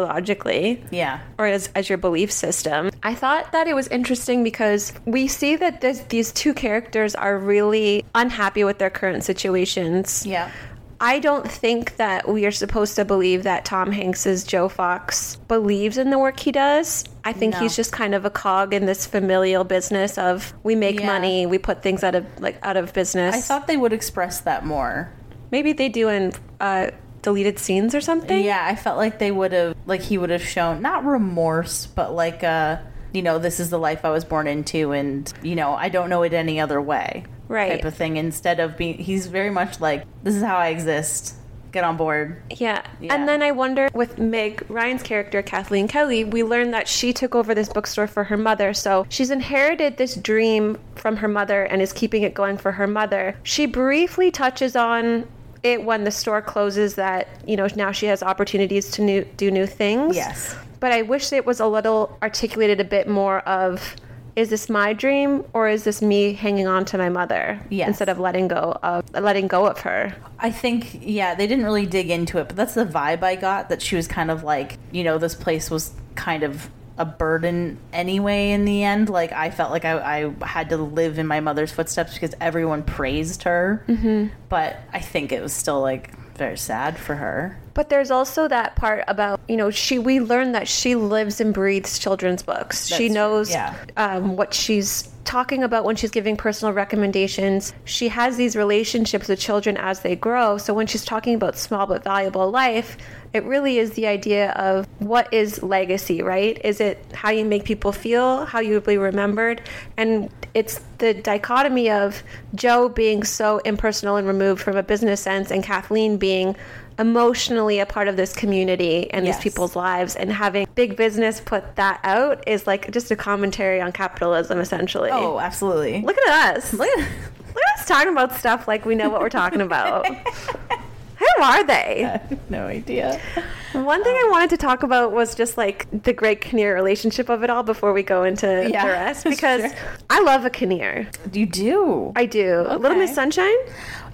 ideologically?
Yeah.
or as, as your belief system. I thought that it was interesting because we see that this, these two characters are really unhappy with their current situations.
Yeah.
I don't think that we are supposed to believe that Tom Hanks's Joe Fox believes in the work he does. I think
No.
he's just kind of a cog in this familial business of we make
Yeah.
money, we put things out of like out of business.
I thought they would express that more.
Maybe they do in uh, deleted scenes or something.
Yeah, I felt like they would have like he would have shown not remorse, but like uh you know, this is the life I was born into and you know, I don't know it any other way.
Right.
Type of thing instead of being he's very much like this is how I exist. Get on board.
Yeah.
Yeah.
And then I wonder with Meg, Ryan's character, Kathleen Kelly, we learned that she took over this bookstore for her mother. So she's inherited this dream from her mother and is keeping it going for her mother. She briefly touches on it when the store closes that, you know, now she has opportunities to new, do new things.
Yes.
But I wish it was a little articulated a bit more of is this my dream or is this me hanging on to my mother
Yes.
instead of letting go of letting go of her.
I think, yeah, they didn't really dig into it, but that's the vibe I got that she was kind of like, you know, this place was kind of a burden anyway in the end. Like, I felt like I, I had to live in my mother's footsteps because everyone praised her. Mm-hmm. But I think it was still like very sad for her.
But there's also that part about you know she we learned that she lives and breathes children's books. she
true,
knows
yeah.
um, what she's talking about when she's giving personal recommendations. She has these relationships with children as they grow. So when she's talking about small but valuable life, it really is the idea of what is legacy, right? Is it how you make people feel, how you'll be remembered, and it's the dichotomy of Joe being so impersonal and removed from a business sense, and Kathleen being emotionally a part of this community and
Yes.
these people's lives and having big business put that out is like just a commentary on capitalism essentially
Oh, absolutely.
look at us look
Look at-
at us talking about stuff like we know what we're talking about who are they
no idea.
one thing i wanted to talk about was just like the great kinnear relationship of it all before we go into
Yeah,
the rest because
sure.
i love a kinnear
You do.
i do little miss
Okay.
sunshine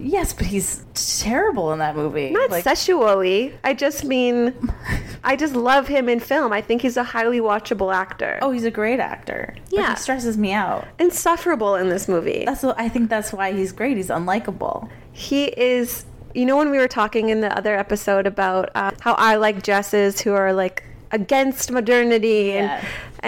yes, but he's terrible in that movie.
not
Like,
sexually i just mean i just love him in film i think he's a highly watchable actor
oh, he's a great actor. But
Yeah.
he stresses me out.
insufferable in this movie.
That's what I think. That's why he's great. He's unlikable.
He is, you know, when we were talking in the other episode about uh, how I like Jesses who are like against modernity
Yeah.
and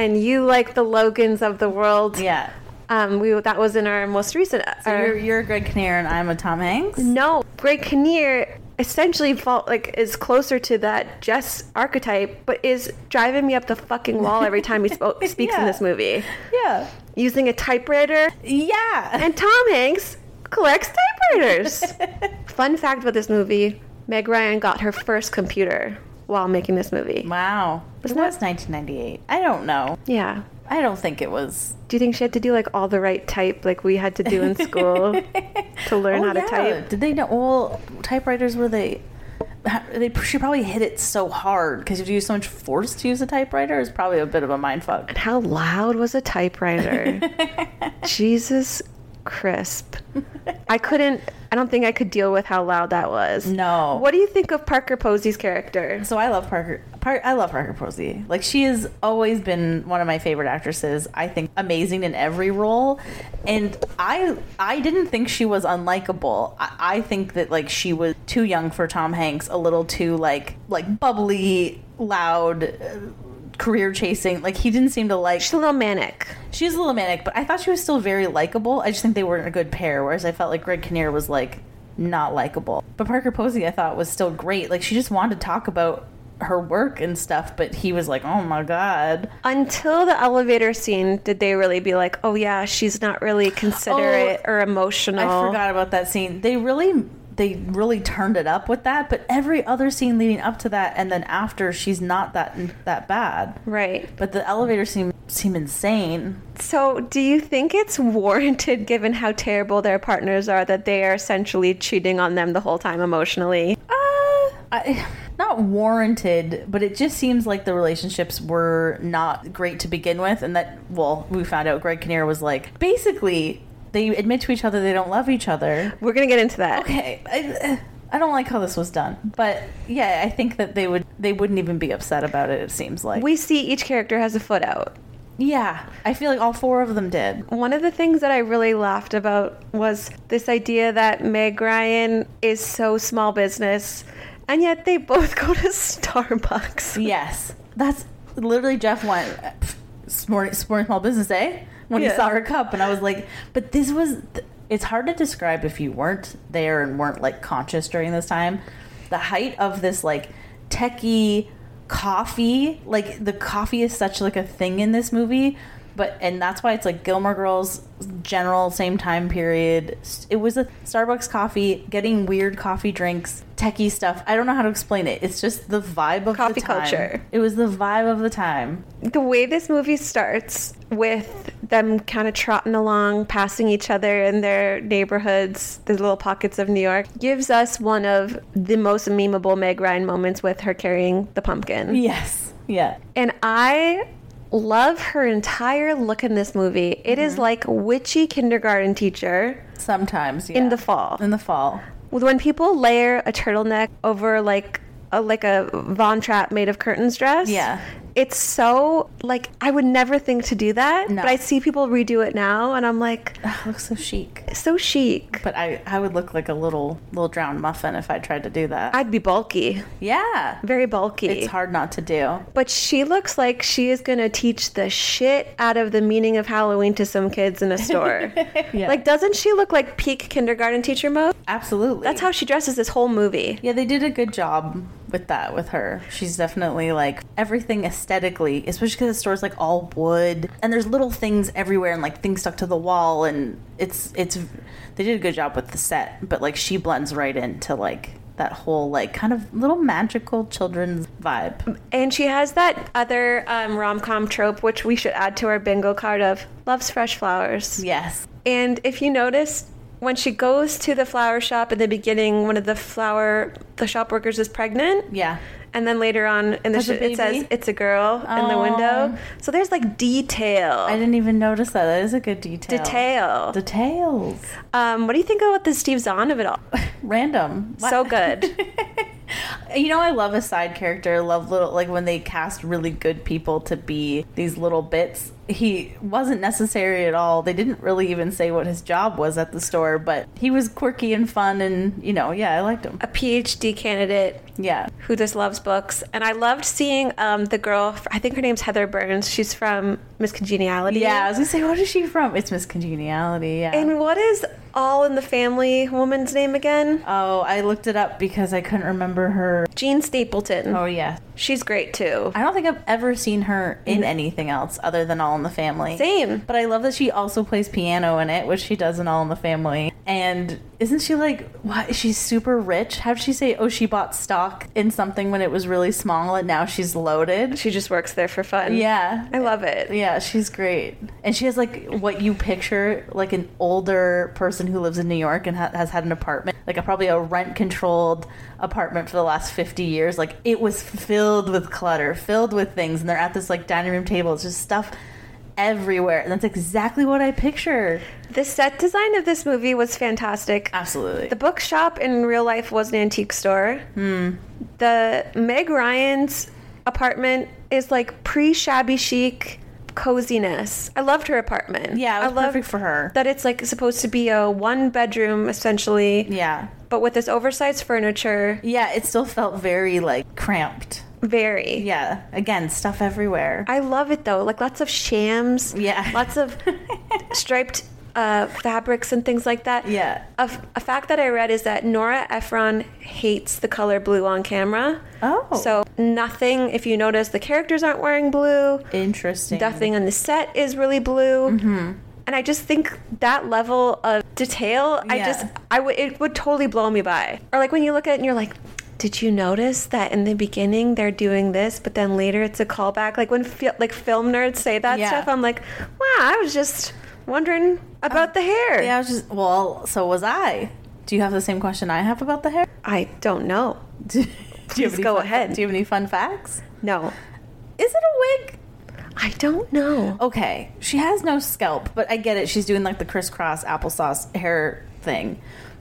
and you like the Logans of the world.
Yeah.
Um, we that was in our most recent.
So
our-
you're, you're a Greg Kinnear and I'm a Tom Hanks.
no, Greg Kinnear essentially fall, like is closer to that Jess archetype, but is driving me up the fucking wall every time he spoke, speaks in
Yeah.
this movie,
Yeah.
using a typewriter
Yeah.
And Tom Hanks collects typewriters. Fun fact about this movie Meg Ryan got her first computer while making this movie.
Wow. It
Wasn't
was 1998. I don't know.
Yeah.
I don't think it was.
Do you think she had to do like all the right type like we had to do in school to learn
Oh,
how to
yeah.
type?
Did they know? Well, typewriters were they. They she probably hit it so hard because you use so much force to use a typewriter is probably a bit of a mind fuck.
And how loud was a typewriter? Jesus crisp. I couldn't, I don't think I could deal with how loud that was.
No.
What do you think of Parker Posey's character?
So I love Parker. Par- I love Parker Posey. Like she has always been one of my favorite actresses. I think amazing in every role, and I I didn't think she was unlikable. I, I think that like she was too young for Tom Hanks, a little too like like bubbly, loud, uh, career chasing. Like he didn't seem to like.
She's a little manic.
She's a little manic, but I thought she was still very likable. I just think they weren't a good pair, whereas I felt like Greg Kinnear was like not likable. But Parker Posey I thought was still great. Like she just wanted to talk about her work and stuff, but he was like, "Oh my god."
Until the elevator scene, did they really be like, "Oh yeah, she's not really considerate or emotional"?
Oh, I forgot about that scene. They really they really turned it up with that, but every other scene leading up to that and then after she's not that that bad.
Right.
But the elevator scene seemed insane.
So, do you think it's warranted given how terrible their partners are that they are essentially cheating on them the whole time emotionally?
Uh, I, not warranted, but it just seems like the relationships were not great to begin with, and that well, we found out Greg Kinnear was like basically they admit to each other they don't love each other.
We're going to get into that.
Okay, I, I don't like how this was done, but yeah, I think that they would they wouldn't even be upset about it. It seems like
We see each character has a foot out.
yeah, I feel like all four of them did.
One of the things that I really laughed about was this idea that Meg Ryan is so small business and yet they both go to Starbucks.
Yes, that's literally Jeff went smarting small business eh? when
Yeah.
he saw her cup, and I was like, but this was. Th- it's hard to describe if you weren't there and weren't like conscious during this time. The height of this like techie coffee, like the coffee is such like a thing in this movie, but and that's why it's like Gilmore Girls general same time period. S- It was a Starbucks coffee, getting weird coffee drinks, techie stuff. I don't know how to explain it. It's just the vibe of
Coffee
the time.
culture.
It was the vibe of the time.
the way this movie starts with them kind of trotting along, passing each other in their neighborhoods, the little pockets of New York, gives us one of the most memeable Meg Ryan moments with her carrying the pumpkin.
Yes. Yeah.
And I love her entire look in this movie. It
Mm-hmm.
is like witchy kindergarten teacher
Sometimes. Yeah.
in the fall.
In the fall.
When people layer a turtleneck over like a like a Von Trapp made of curtains dress.
Yeah.
It's so like I would never think to do that,
No.
but I see people redo it now and I'm like
Ugh, looks so chic.
so chic.
But I, I would look like a little little drowned muffin if I tried to do that.
I'd be bulky,
yeah.
very bulky.
It's hard not to do.
But she looks like she is going to teach the shit out of the meaning of Halloween to some kids in a store.
Yeah.
Like, doesn't she look like peak kindergarten teacher mode?
Absolutely.
That's how she dresses this whole movie.
Yeah, they did a good job with that with her. She's definitely like everything aesthetically, especially because the store's like all wood and there's little things everywhere and like things stuck to the wall and it's it's they did a good job with the set, but like she blends right into like that whole like kind of little magical children's vibe.
And she has that other um, rom com trope, which we should add to our bingo card of loves fresh flowers.
Yes.
And if you notice, when she goes to the flower shop in the beginning, one of the flower, the shop workers is pregnant.
Yeah.
And then later on in the
Has
sh-
a
it says
baby?
it's a girl in the
Aw.
window. So there's like detail.
I didn't even notice that. That is a good detail.
detail.
Details.
Um, what do you think about the Steve Zahn of it all?
Random. What?
So good.
You know, I love a side character. Love little like when they cast really good people to be these little bits. He wasn't necessary at all. They didn't really even say what his job was at the store, but he was quirky and fun, and you know, yeah, I liked him.
A PhD candidate
Yeah,
who just loves books, and I loved seeing um, the girl. I think her name's Heather Burns. She's from Miss Congeniality.
yeah. I was gonna say, what is she from? It's Miss Congeniality. Yeah.
And what is All in the Family woman's name again?
oh, I looked it up because I couldn't remember her.
Jean Stapleton.
Oh yeah,
She's great too.
I don't think I've ever seen her in anything else other than All in the Family.
Mm-hmm. Same.
But I love that she also plays piano in it, which she does in All in the Family. And isn't she like, what? She's super rich. How'd she say, oh, she bought stock in something when it was really small and now she's loaded?
She just works there for fun.
Yeah.
I love it.
Yeah, she's great. And she has like what you picture like an older person who lives in New York and ha- has had an apartment, like a, probably a rent controlled apartment for the last 50 years. Like it was filled with clutter, filled with things. And they're at this like dining room table. It's just stuff everywhere. And that's exactly what I picture.
The set design of this movie was fantastic.
Uh, Absolutely.
The bookshop in real life was an antique store.
Hmm.
The Meg Ryan's apartment is like pre shabby chic coziness. I loved her apartment.
yeah, it was
I love
perfect for her.
that it's like supposed to be a one bedroom essentially,
yeah.
but with this oversized furniture.
Yeah, it still felt very like cramped.
Very.
Yeah. Again, stuff everywhere.
I love it though. Like lots of shams.
Yeah.
Lots of striped uh, fabrics and things like that.
Yeah.
A, f- a fact that I read is that Nora Ephron hates the color blue on camera.
Oh.
So nothing, if you notice, the characters aren't wearing blue.
Interesting.
Nothing on the set is really blue.
Mm-hmm.
And I just think that level of detail, I
Yeah.
just, I would, it would totally blow me by. Or like when you look at it and you're like, did you notice that in the beginning they're doing this, but then later it's a callback? Like when fil- like film nerds say that
Yeah.
stuff, I'm like, wow, I was just wondering about the hair.
Uh, Yeah, I was just well. So was I. Do you have the same question I have about the hair?
I don't know.
Do, do you have
Please
any
go
fun-
ahead.
Do you have any fun facts?
No,
Is it a wig?
I don't know.
okay, she has no scalp, but I get it. She's doing like the crisscross applesauce hair thing.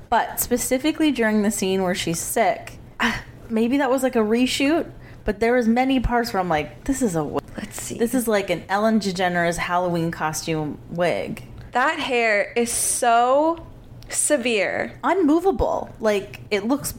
But specifically during the scene where she's sick, ah, maybe that was like a reshoot. But there was many parts where I'm like, this is a wig.
Let's see.
Oh, This is like an Ellen DeGeneres Halloween costume wig.
that hair is so severe.
Unmovable. Like it looks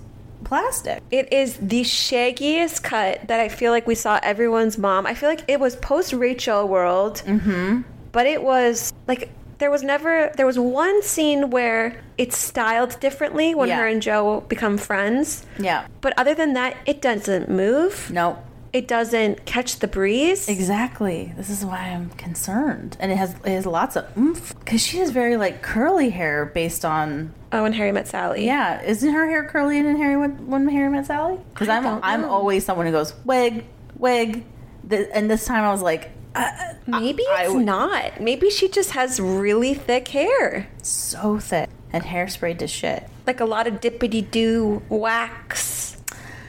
plastic.
It is the shaggiest cut that I feel like we saw everyone's mom. I feel like it was post Rachel world,
Mm-hmm.
but it was like there was never there was one scene where it's styled differently when
Yeah.
her and Joe become friends.
Yeah.
But other than that, it doesn't move.
No.
It doesn't catch the breeze.
Exactly. This is why I'm concerned, and it has it has lots of oomph because she has very like curly hair based on
Oh, when Harry met Sally.
Yeah, isn't her hair curly in Harry when, when Harry Met Sally? Because
I
I'm
don't
I'm
know.
always someone who goes wig wig, Th- and this time I was like, uh,
Maybe
I- I
it's
would-
not. Maybe she just has really thick hair.
so thick and hairspray to shit.
Like a lot of dippity doo wax.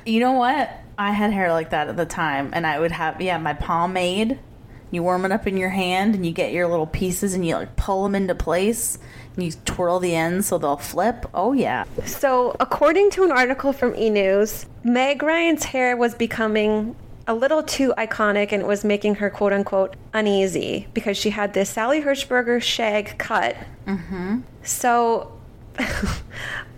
You know what? I had hair like that at the time, and I would have yeah my pomade. You warm it up in your hand, and you get your little pieces, and you like pull them into place, and you twirl the ends so they'll flip. Oh yeah,
So, according to an article from E News, Meg Ryan's hair was becoming a little too iconic and it was making her quote unquote uneasy because she had this Sally Hirschberger shag cut. Mm-hmm. So,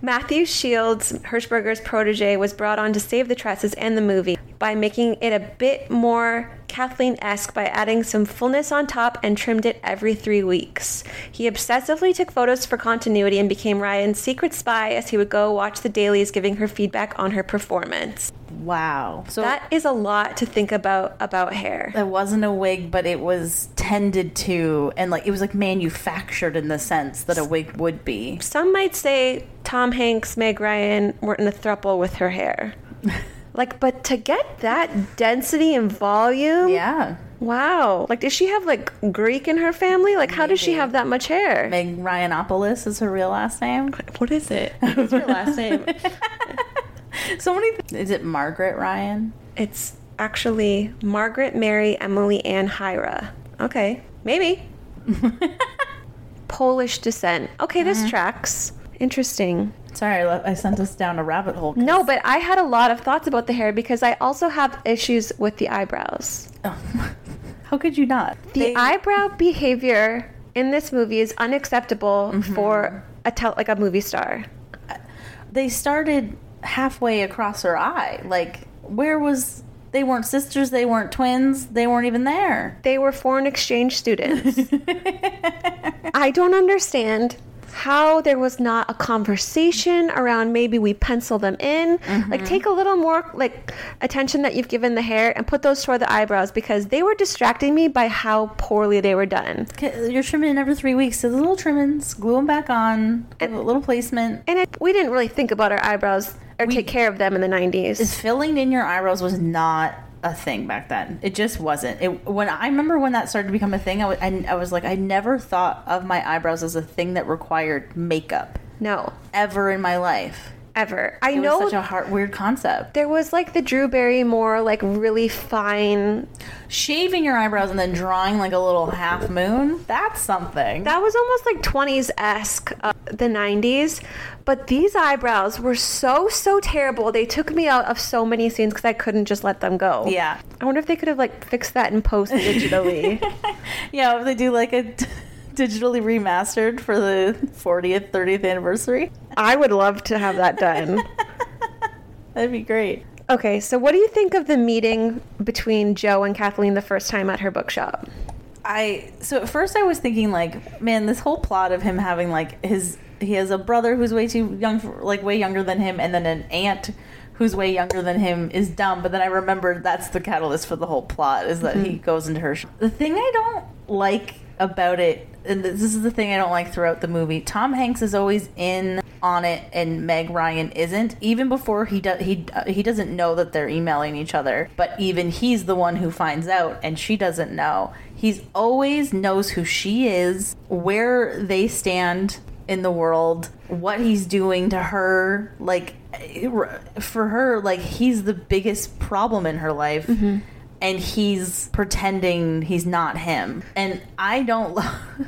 Matthew Shields, Hirschberger's protege, was brought on to save the tresses and the movie by making it a bit more Kathleen esque by adding some fullness on top and trimmed it every three weeks. He obsessively took photos for continuity and became Ryan's secret spy as he would go watch the dailies giving her feedback on her performance.
wow. So
That is a lot to think about about hair.
it wasn't a wig, but it was tended to, and like it was like manufactured in the sense that a wig would be.
Some might say Tom Hanks, Meg Ryan were in a thruple with her hair. like, but to get that density and volume,
Yeah,
wow. Like, does she have like Greek in her family? Like, how does she have that much hair?
Meg Ryanopoulos is her real last name.
What is it? What's her last name?
So many. is it Margaret Ryan?
it's actually Margaret Mary Emily Ann Hira. Okay, maybe. Polish descent. Okay, this tracks. Interesting.
Sorry, I le- I sent us down a rabbit hole.
No, but I had a lot of thoughts about the hair because I also have issues with the eyebrows.
Oh. How could you not?
The
They-
eyebrow behavior in this movie is unacceptable
Mm-hmm.
for a tel- like a movie star.
they started halfway across her eye. Like, where was? They weren't sisters. They weren't twins. They weren't even there.
They were foreign exchange students. I don't understand how there was not a conversation around maybe we pencil them in.
Mm-hmm.
Like take a little more like attention that you've given the hair and put those toward the eyebrows because they were distracting me by how poorly they were done.
Okay, You're trimming it every three weeks. So the little trimmings, glue them back on. Give it a little placement.
And it, we didn't really think about our eyebrows or take care of them in the 90s.
filling in your eyebrows was not a thing back then. It just wasn't. It when I remember when that started to become a thing, I wa- I- I was like, I never thought of my eyebrows as a thing that required makeup
No,
ever in my life.
ever. I
It
know
was such a hard, weird concept.
there was like the Drew Barrymore, like really fine.
Shaving your eyebrows and then drawing like a little half moon—that's something.
That was almost like 20s esque, uh, the 90s. But these eyebrows were so, so terrible. They took me out of so many scenes because I couldn't just let them go.
yeah,
I wonder if they could have like fixed that in post digitally.
yeah. If they do like a digitally remastered for the 40th, 30th anniversary,
I would love to have that done.
that'd be great.
Okay, so what do you think of the meeting between Joe and Kathleen the first time at her bookshop?
I so at first I was thinking like, man, this whole plot of him having like his he has a brother who's way too young for, like way younger than him and then an aunt who's way younger than him is dumb, but then I remembered that's the catalyst for the whole plot is that he goes into her. sh- The thing I don't like about it and this is the thing I don't like throughout the movie. Tom Hanks is always in on it and Meg Ryan isn't even before he does he uh, he doesn't know that they're emailing each other but even he's the one who finds out and she doesn't know he's always knows who she is where they stand in the world what he's doing to her like it- for her like he's the biggest problem in her life and he's pretending he's not him. And I don't love.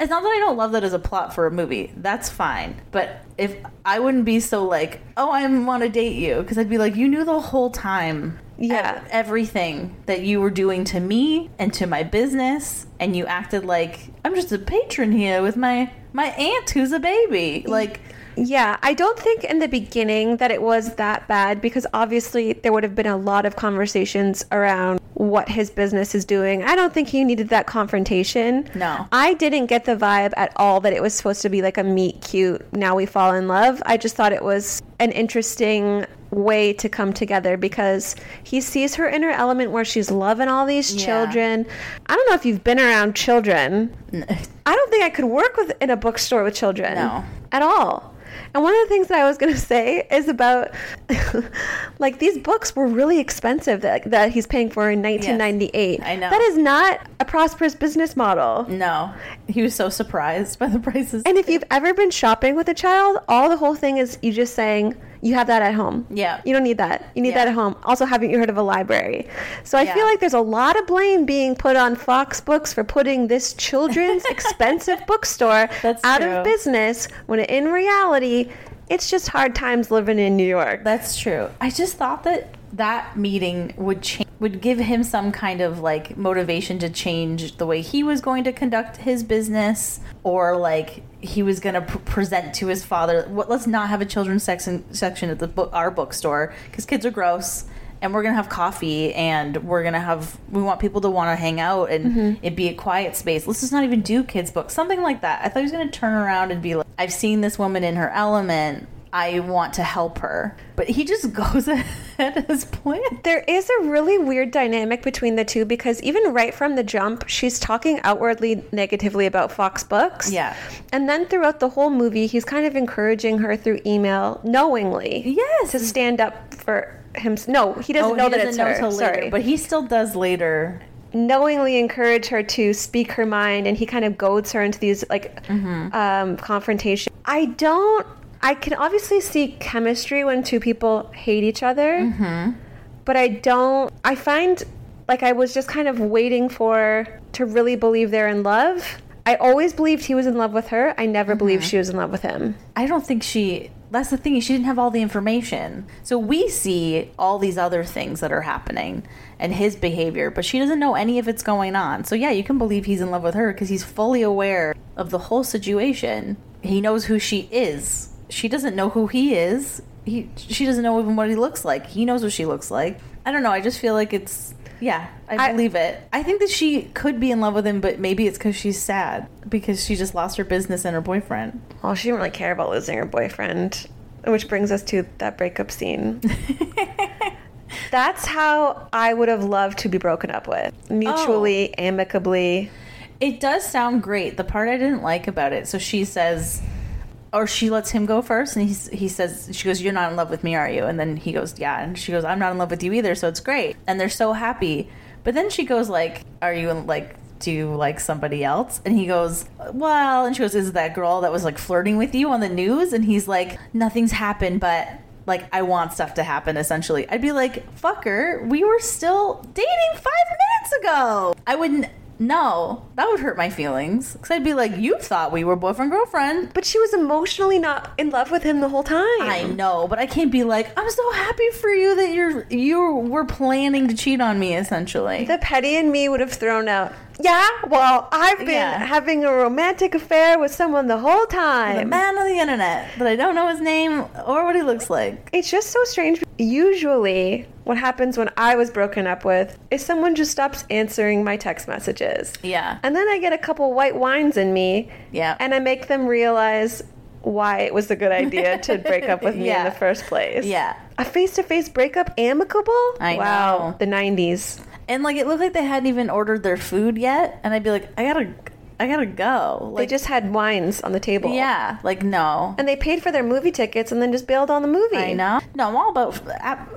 it's not that I don't love that as a plot for a movie. That's fine. But if I wouldn't be so like, oh, I want to date you, because I'd be like, you knew the whole time.
Yeah.
ev- everything that you were doing to me and to my business, and you acted like I'm just a patron here with my my aunt who's a baby. Like,
Yeah, I don't think in the beginning that it was that bad because obviously there would have been a lot of conversations around what his business is doing. I don't think he needed that confrontation.
No.
I didn't get the vibe at all that it was supposed to be like a meet cute, now we fall in love. I just thought it was an interesting way to come together because he sees her inner element where she's loving all these
Yeah.
children. I don't know if you've been around children. I don't think I could work with in a bookstore with children
No.
at all. And one of the things that I was going to say is about like these books were really expensive that, that he's paying for in 1998.
I know.
That is not a prosperous business model.
no, he was so surprised by the prices.
And if you've ever been shopping with a child, all the whole thing is you just saying, you have that at home.
Yeah.
You don't need that. You need
Yeah.
that at home. Also, haven't you heard of a library? So I
Yeah.
feel like there's a lot of blame being put on Fox Books for putting this children's expensive bookstore
That's
out
true.
of business when in reality, it's just hard times living in New York.
That's true. I just thought that that meeting would change, would give him some kind of like motivation to change the way he was going to conduct his business, or like he was going to pr- present to his father. What? Let's not have a children's section section at the book, our bookstore because kids are gross. And we're gonna have coffee, and we're gonna have. We want people to want to hang out, and it be a quiet space. Let's just not even do kids' books, something like that. I thought he was gonna turn around and be like, "I've seen this woman in her element. I want to help her. But he just goes ahead his plan.
There is a really weird dynamic between the two because even right from the jump, she's talking outwardly negatively about Fox Books.
Yeah.
And then throughout the whole movie, he's kind of encouraging her through email knowingly.
Yes. Oh,
To stand up for him. No, he doesn't know
he
that
doesn't
it's
know
her.
till later,
Sorry.
But he still does later.
knowingly encourage her to speak her mind and he kind of goads her into these like um, confrontation i don't i can obviously see chemistry when two people hate each other but i don't i find like i was just kind of waiting for to really believe they're in love i always believed he was in love with her i never believed she was in love with him
I don't think she. That's the thing. She didn't have all the information. So we see all these other things that are happening and his behavior, but she doesn't know any of it's going on. So yeah, you can believe he's in love with her because he's fully aware of the whole situation. He knows who she is. She doesn't know who he is. He, she doesn't know even what he looks like. He knows what she looks like. I don't know. I just feel like it's. Yeah, I
I-
believe it. I think that she could be in love with him, but maybe it's because she's sad because she just lost her business and her boyfriend.
well she didn't really care about losing her boyfriend which brings us to that breakup scene That's how I would have loved to be broken up with mutually,
Oh.
amicably.
It does sound great. The part I didn't like about it. So she says, or she lets him go first, and he s- he says, she goes, "You're not in love with me, are you?" And then he goes, "Yeah," and she goes, "I'm not in love with you either." So it's great, and they're so happy. But then she goes, like, "Are you in, like?" Do you like somebody else? And he goes, Well, and she goes, Is it that girl that was like flirting with you on the news? And he's like, Nothing's happened, but like I want stuff to happen essentially. I'd be like, fucker, we were still dating five minutes ago. I wouldn't no, that would hurt my feelings. Cause I'd be like, you thought we were boyfriend girlfriend.
But she was emotionally not in love with him the whole time.
I know, but I can't be like, I'm so happy for you that you're you were planning to cheat on me essentially.
The petty in me would have thrown out. Yeah, well, I've been
Yeah.
having a romantic affair with someone the whole
The
time.
man on the internet, but I don't know his name or what he looks like.
It's just so strange. Usually, what happens when I was broken up with is someone just stops answering my text messages.
Yeah.
And then I get a couple white wines in me,
Yeah.
and I make them realize why it was a good idea to break up with me in
Yeah.
the first place.
yeah.
A face to face breakup amicable?
I
wow.
know.
The 90s.
And like it looked like they hadn't even ordered their food yet, and I'd be like, I gotta, I gotta go.
They
Like,
just had wines on the table.
yeah, like no,
And they paid for their movie tickets and then just bailed on the movie.
I know. No, I'm all about ap-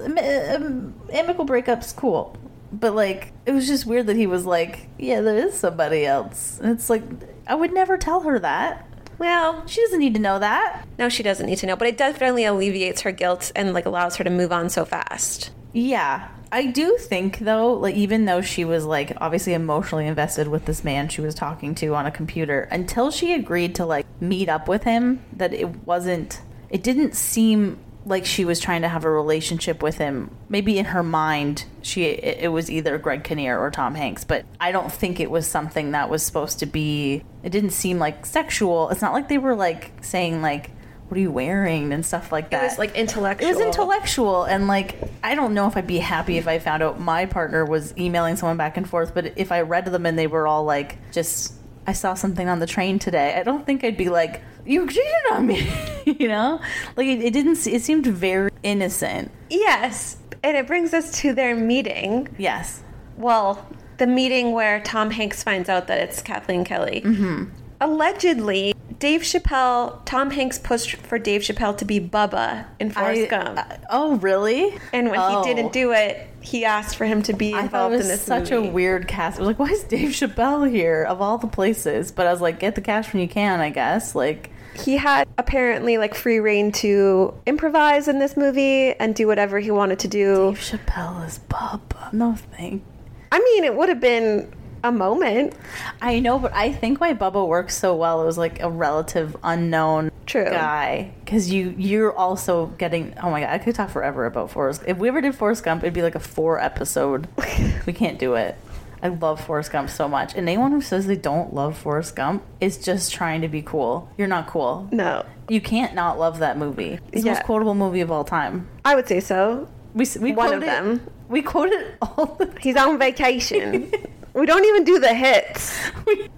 am- am- amicable breakups. Cool, but like it was just weird that he was like, yeah, there is somebody else. And it's like I would never tell her that.
Well,
She doesn't need to know that.
no, she doesn't need to know, but it definitely alleviates her guilt and like allows her to move on so fast.
Yeah. I do think though, like even though she was like obviously emotionally invested with this man she was talking to on a computer, until she agreed to like meet up with him, that it wasn't it didn't seem like she was trying to have a relationship with him. Maybe in her mind, she it, it was either Greg Kinnear or Tom Hanks, but I don't think it was something that was supposed to be. It didn't seem like sexual. It's not like they were like saying like, "What are you wearing?" and stuff like that.
It was like intellectual.
It was intellectual, and like I don't know if I'd be happy if I found out my partner was emailing someone back and forth. But if I read them and they were all like, "Just I saw something on the train today," I don't think I'd be like, "You cheated on me," you know? Like it, it didn't. se- It seemed very innocent.
Yes. And it brings us to their meeting.
Yes.
Well, the meeting where Tom Hanks finds out that it's Kathleen Kelly. Mm-hmm. Allegedly, Dave Chappelle, Tom Hanks pushed for Dave Chappelle to be Bubba in Forrest Gump.
I- oh really?
and when
Oh.
he didn't do it, he asked for him to be
I thought
involved
it
in
was
this
such
movie.
a weird cast. I was like, why is Dave Chappelle here of all the places? But I was like, get the cash when you can, I guess. Like,
he had apparently like free reign to improvise in this movie and do whatever he wanted to do.
Dave Chappelle is Bubba. No thank
I mean, it would have been a moment.
I know, but I think why Bubba works so well. It was like a relative unknown
True.
guy because you you're also getting. Oh my god, I could talk forever about Forrest. If we ever did Forrest Gump, it'd be like a four episode. we can't do it. I love Forrest Gump so much, and anyone who says they don't love Forrest Gump is just trying to be cool. You're not cool.
No,
You can't not love that movie. It's the
Yeah.
most quotable movie of all time.
I would say so.
We s- we
One
quote
of
it-
them.
We quote it all the time.
He's on vacation. we don't even do the hits.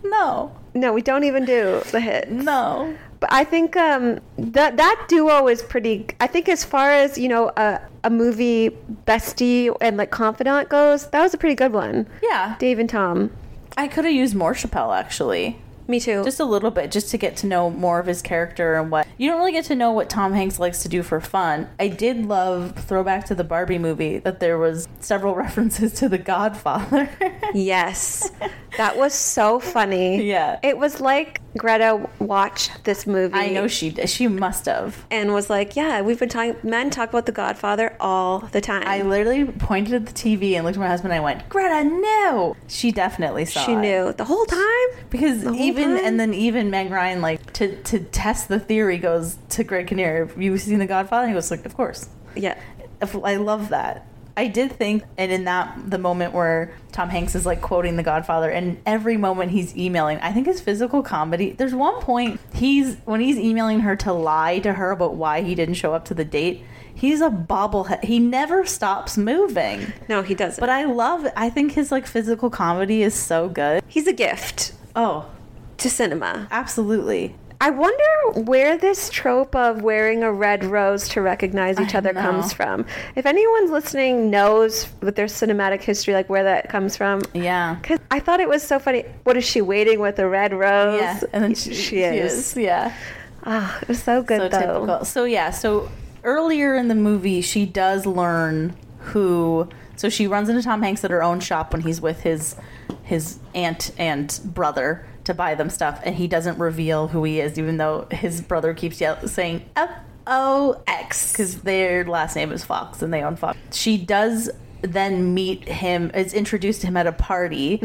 no,
No, we don't even do the hit.
no.
But I think um, that that duo is pretty. I think as far as you know, a, a movie bestie and like confidant goes, that was a pretty good one.
Yeah,
Dave and Tom.
I could have used more Chappelle actually.
Me too.
Just a little bit, just to get to know more of his character and what you don't really get to know what Tom Hanks likes to do for fun. I did love throwback to the Barbie movie that there was several references to The Godfather.
Yes. That was so funny.
Yeah.
It was like Greta watched this movie.
I know she did. she must have.
and was like, yeah, we've been talking, men talk about The Godfather all the time.
I literally pointed at the TV and looked at my husband. and I went, Greta, no. She definitely saw.
she
it.
knew the whole time.
because
whole
even
time?
and then even Meg Ryan like to to test the theory goes to Greg Kinnear. Have you seen The Godfather? He goes like, of course.
Yeah.
If- I love that. I did think, and in that the moment where Tom Hanks is like quoting The Godfather, and every moment he's emailing, I think his physical comedy. There's one point he's when he's emailing her to lie to her about why he didn't show up to the date. He's a bobblehead. He never stops moving.
No, he doesn't.
But I love. I think his like physical comedy is so good.
He's a gift
Oh,
to cinema.
absolutely.
I wonder where this trope of wearing a red rose to recognize each
I
other
know.
comes from. If anyone's listening knows with their cinematic history, like where that comes from,
Yeah.
Because I thought it was so funny. What is she waiting with a red rose?
Yeah, and then she, she is. Yeah,
Ah, it was so good
so
though.
typical. So yeah, so earlier in the movie, she does learn who. So she runs into Tom Hanks at her own shop when he's with his his aunt and brother to buy them stuff, and he doesn't reveal who he is, even though his brother keeps yell- saying F O X because their last name is Fox and they
Mm-hmm.
own Fox. She does then meet him is introduced to him at a party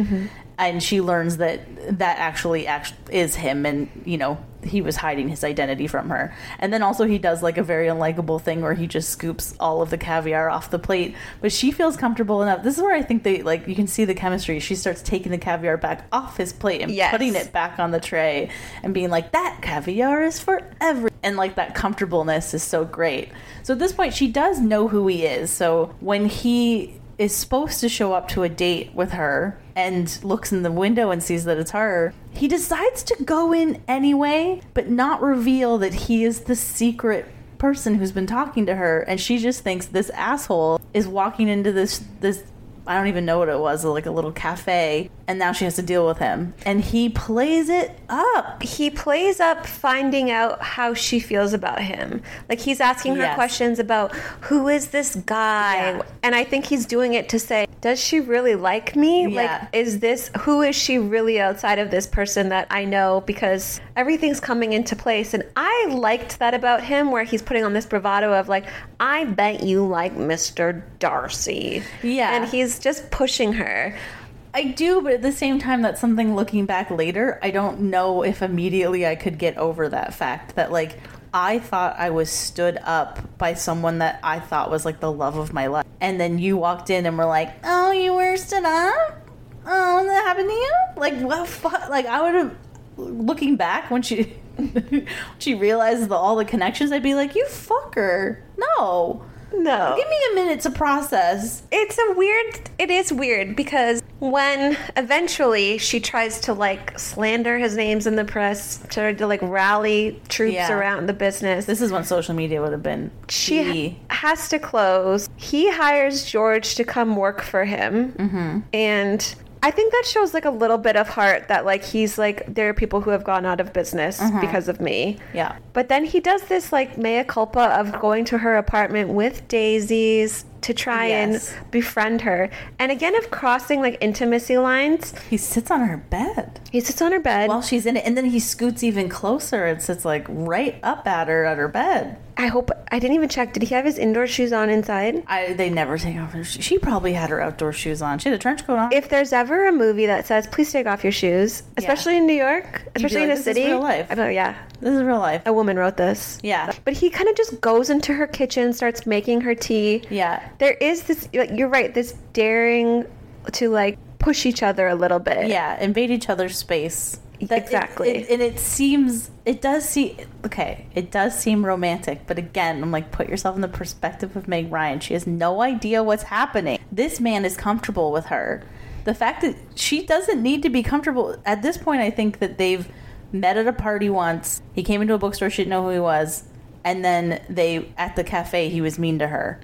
and she learns that that actually act- is him and you know he was hiding his identity from her and then also he does like a very unlikable thing where he just scoops all of the caviar off the plate but she feels comfortable enough this is where i think they like you can see the chemistry she starts taking the caviar back off his plate and
Yes.
putting it back on the tray and being like that caviar is forever and like that comfortableness is so great so at this point she does know who he is so when he is supposed to show up to a date with her and looks in the window and sees that it's her. He decides to go in anyway, but not reveal that he is the secret person who's been talking to her and she just thinks this asshole is walking into this this I don't even know what it was, like a little cafe, and now she has to deal with him. And he plays it up.
he plays up finding out how she feels about him. Like he's asking her
Yes.
questions about who is this guy?
Yeah.
And I think he's doing it to say, does she really like me?
Yeah.
Like is this who is she really outside of this person that I know because everything's coming into place and I liked that about him where he's putting on this bravado of like I bet you like Mr. Darcy.
Yeah.
And he's just pushing her.
I do, but at the same time, that's something looking back later, I don't know if immediately I could get over that fact that, like, I thought I was stood up by someone that I thought was, like, the love of my life. And then you walked in and were like, oh, you were stood up? Oh, that happened to you? Like, what fuck? Like, I would have, looking back, when she. she realizes the, all the connections. I'd be like, "You fucker! No,
No.
give me a minute to process."
it's a weird it is weird because when eventually she tries to like slander his names in the press tried to like rally troops
Yeah.
around the business
This is when social media would have been
she
key.
has to close he hires george to come work for him mm-hmm. and i think that shows like a little bit of heart that like he's like there are people who have gone out of business because of me
Yeah.
But then he does this like mea culpa of going to her apartment with daisies to try
Yes.
and befriend her. And again, of crossing like intimacy lines,
He sits on her bed
he sits on her bed.
while she's in it, and then he scoots even closer and sits like right up at her at her bed.
I hope I didn't even check. Did he have his indoor shoes on inside?
I they never take off her. She she probably had her outdoor shoes on. She had a trench coat on.
If there's ever a movie that says "Please take off your shoes," especially in New York, especially in
like,
a
"This is
city,
real life."
I know, yeah,
this is real life.
a woman wrote this.
Yeah.
but he kind of just goes into her kitchen, starts making her tea.
Yeah.
there is this like you're right this daring to like push each other a little bit
Yeah, invade each other's space. it-
Exactly.
it- and it seems it does seem okay. It does seem romantic, but again, I'm like, put yourself in the perspective of Meg Ryan. She has no idea what's happening. This man is comfortable with her. The fact that she doesn't need to be comfortable at this point, I think that they've met at a party once. He came into a bookstore. She didn't know who he was, and then they at the cafe. He was mean to her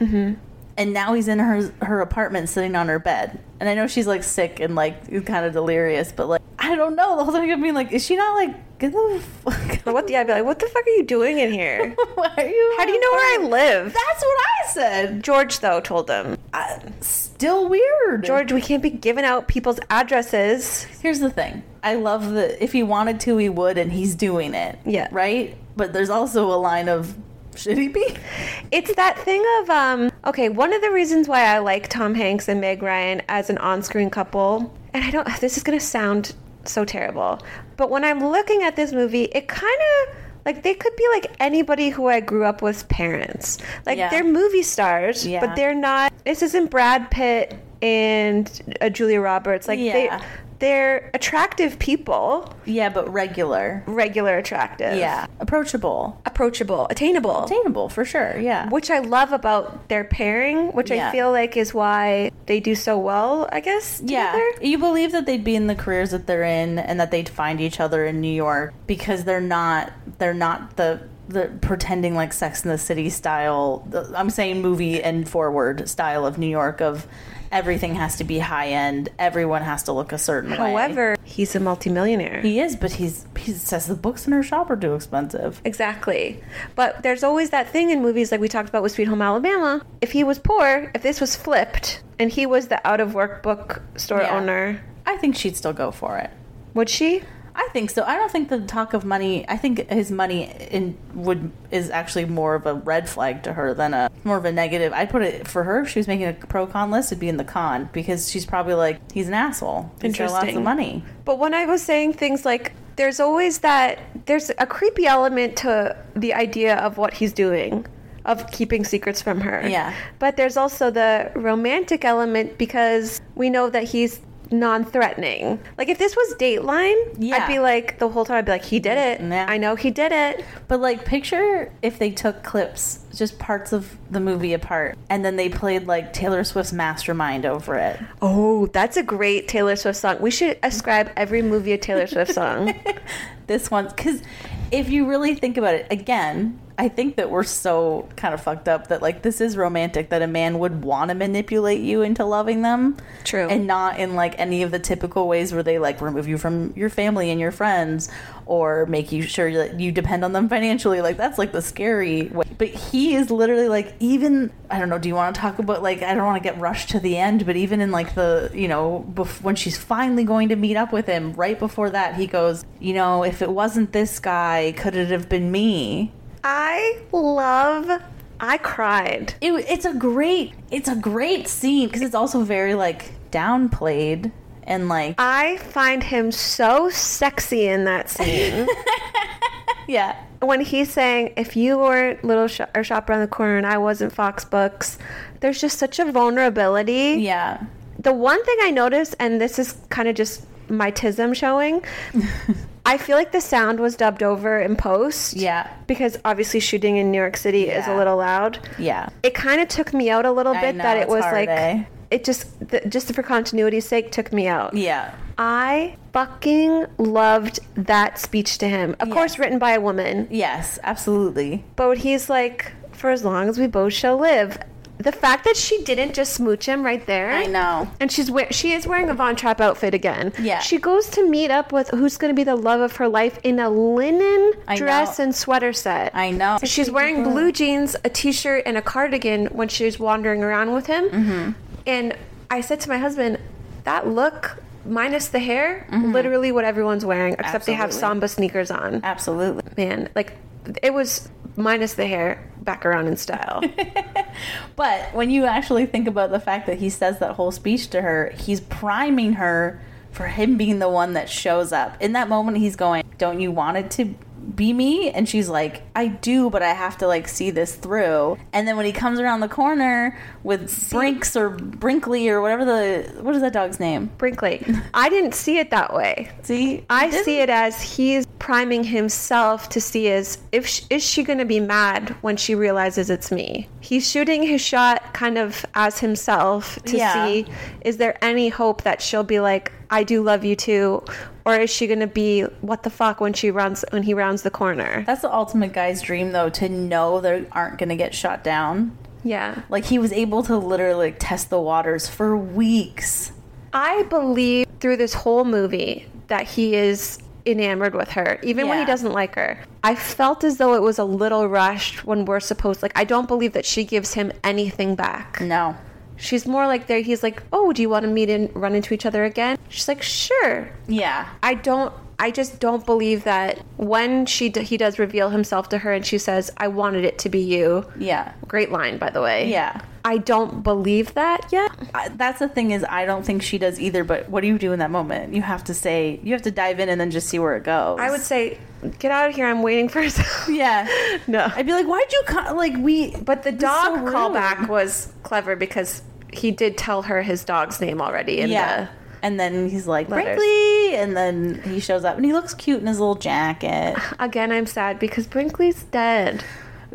and now he's in her her apartment sitting on her bed. And I know she's like sick and like kind of delirious, but like I don't know. The whole time I'm being like, is she not like get the
But
fuck?
what the i'd be like what the fuck are you doing in here
Why are you?
how do you know where i live
That's what I said.
george though told them
I, still weird.
george we can't be giving out people's addresses
Here's the thing. I love that if he wanted to, he would, and he's doing it.
Yeah.
Right. But there's also a line of should he be?
it's that thing of um okay one of the reasons why i like tom hanks and meg ryan as an on-screen couple and i don't this is gonna sound so terrible but when i'm looking at this movie it kind of like they could be like anybody who i grew up with parents like
Yeah.
they're movie stars
Yeah.
but they're not this isn't brad pitt and uh, julia roberts like
Yeah.
they they're attractive people
Yeah, but regular.
regular attractive
Yeah, approachable,
approachable attainable
attainable for sure. Yeah.
which I love about their pairing, which
Yeah.
I feel like is why they do so well, I guess.
Yeah.
Together.
You believe that they'd be in the careers that they're in and that they'd find each other in New York because they're not they're not the the pretending like Sex in the City style. the- I'm saying movie and forward style of New York of everything has to be high end, everyone has to look a certain way.
However, he's a multimillionaire.
he is, but he's he says the books in her shop are too expensive.
Exactly. But there's always that thing in movies like we talked about with Sweet Home Alabama. If he was poor, if this was flipped and he was the out of work bookstore
Yeah.
owner,
I think she'd still go for it.
would she?
I think so. I don't think the talk of money. I think his money in would is actually more of a red flag to her than a more of a negative. I'd put it for her if she was making a pro con list. It'd be in the con because she's probably like he's an asshole. He's got lots of
Interesting.
money.
But when I was saying things like, there's always that, there's a creepy element to the idea of what he's doing, of keeping secrets from her.
Yeah.
But there's also the romantic element because we know that he's non threatening. Like, if this was Dateline,
Yeah.
I'd be like, the whole time, I'd be like, he did it.
Yeah.
I know he did it.
But like, picture if they took clips, just parts of the movie apart, and then they played like Taylor Swift's Mastermind over it.
Oh, that's a great Taylor Swift song. We should ascribe every movie a Taylor Swift song.
this one because if you really think about it again i think that we're so kind of fucked up that like this is romantic that a man would want to manipulate you into loving them
True.
and not in like any of the typical ways where they like remove you from your family and your friends or make you sure that you depend on them financially like that's like the scary way but he is literally like even i don't know do you want to talk about like i don't want to get rushed to the end but even in like the you know bef- when she's finally going to meet up with him right before that he goes you know if it wasn't this guy could it have been me
I love, I cried.
it, it's a great it's a great scene because it's also very like downplayed and like
I find him so sexy in that scene.
yeah
when he's saying, if you weren't Little Shop, or shop Around the Corner and I wasn't Fox Books, there's just such a vulnerability.
yeah
The one thing I noticed, and this is kind of just my tism showing, I feel like the sound was dubbed over in post.
Yeah.
Because obviously shooting in New York City is a
Yeah.
little loud.
Yeah.
It kind of took me out a little
I
bit
know,
that it
it's
was
hard,
like,
eh?
it just, th- just for continuity's sake, took me out.
Yeah.
I fucking loved that speech to him. Of course, written by a woman,
Yes, absolutely.
but he's like, for as long as we both shall live. The fact that she didn't just smooch him right there.
I know.
And she's we- she is wearing a Von Trapp outfit again.
Yeah.
She goes to meet up with who's going to be the love of her life in a linen
I
dress
know.
and sweater set.
I know.
She's wearing blue jeans, a t-shirt, and a cardigan when she's wandering around with him. And I said to my husband, "That look, minus the hair, literally what everyone's wearing, except they have
Absolutely.
Samba sneakers on.
Absolutely.
Man, like it was minus the hair, back around in style.
But when you actually think about the fact that he says that whole speech to her, he's priming her for him being the one that shows up. In that moment, he's going, Don't you want it to be me? And she's like, I do, but I have to like see this through. And then when he comes around the corner with Brinks or Brinkley or whatever the, what is that dog's name?
Brinkley, I didn't see it that way.
See?
I
Didn't-
see it as he's priming himself to see is if sh is she going to be mad when she realizes it's me. He's shooting his shot kind of as himself to
Yeah.
see is there any hope that she'll be like I do love you too or is she going to be what the fuck when she runs when he rounds the corner.
That's the ultimate guy's dream, though, to know they aren't going to get shot down.
Yeah.
Like he was able to literally like, test the waters for weeks.
I believe through this whole movie that he is enamored with her, even when he
Yeah.
doesn't like her. I felt as though it was a little rushed when we're supposed like I don't believe that she gives him anything back.
No.
She's more like there he's like, Oh, do you want to meet and run into each other again? She's like, Sure.
Yeah.
I don't I just don't believe that when she d- he does reveal himself to her and she says, "I wanted it to be you."
Yeah.
Great line, by the way.
Yeah.
I don't believe that yet.
I, that's the thing is I don't think she does either. But what do you do in that moment? You have to say you have to dive in and then just see where it goes.
I would say, "Get out of here! I'm waiting for." some-"
Yeah.
No.
I'd be like, why'd you co-? like we?
But the
this is
dog
so rude.
callback was clever because he did tell her his dog's name already. In
Yeah.
yeah.
And then he's like,
Letters.
Brinkley, and then he shows up and he looks cute in his little jacket.
The, again, I'm sad because Brinkley's dead.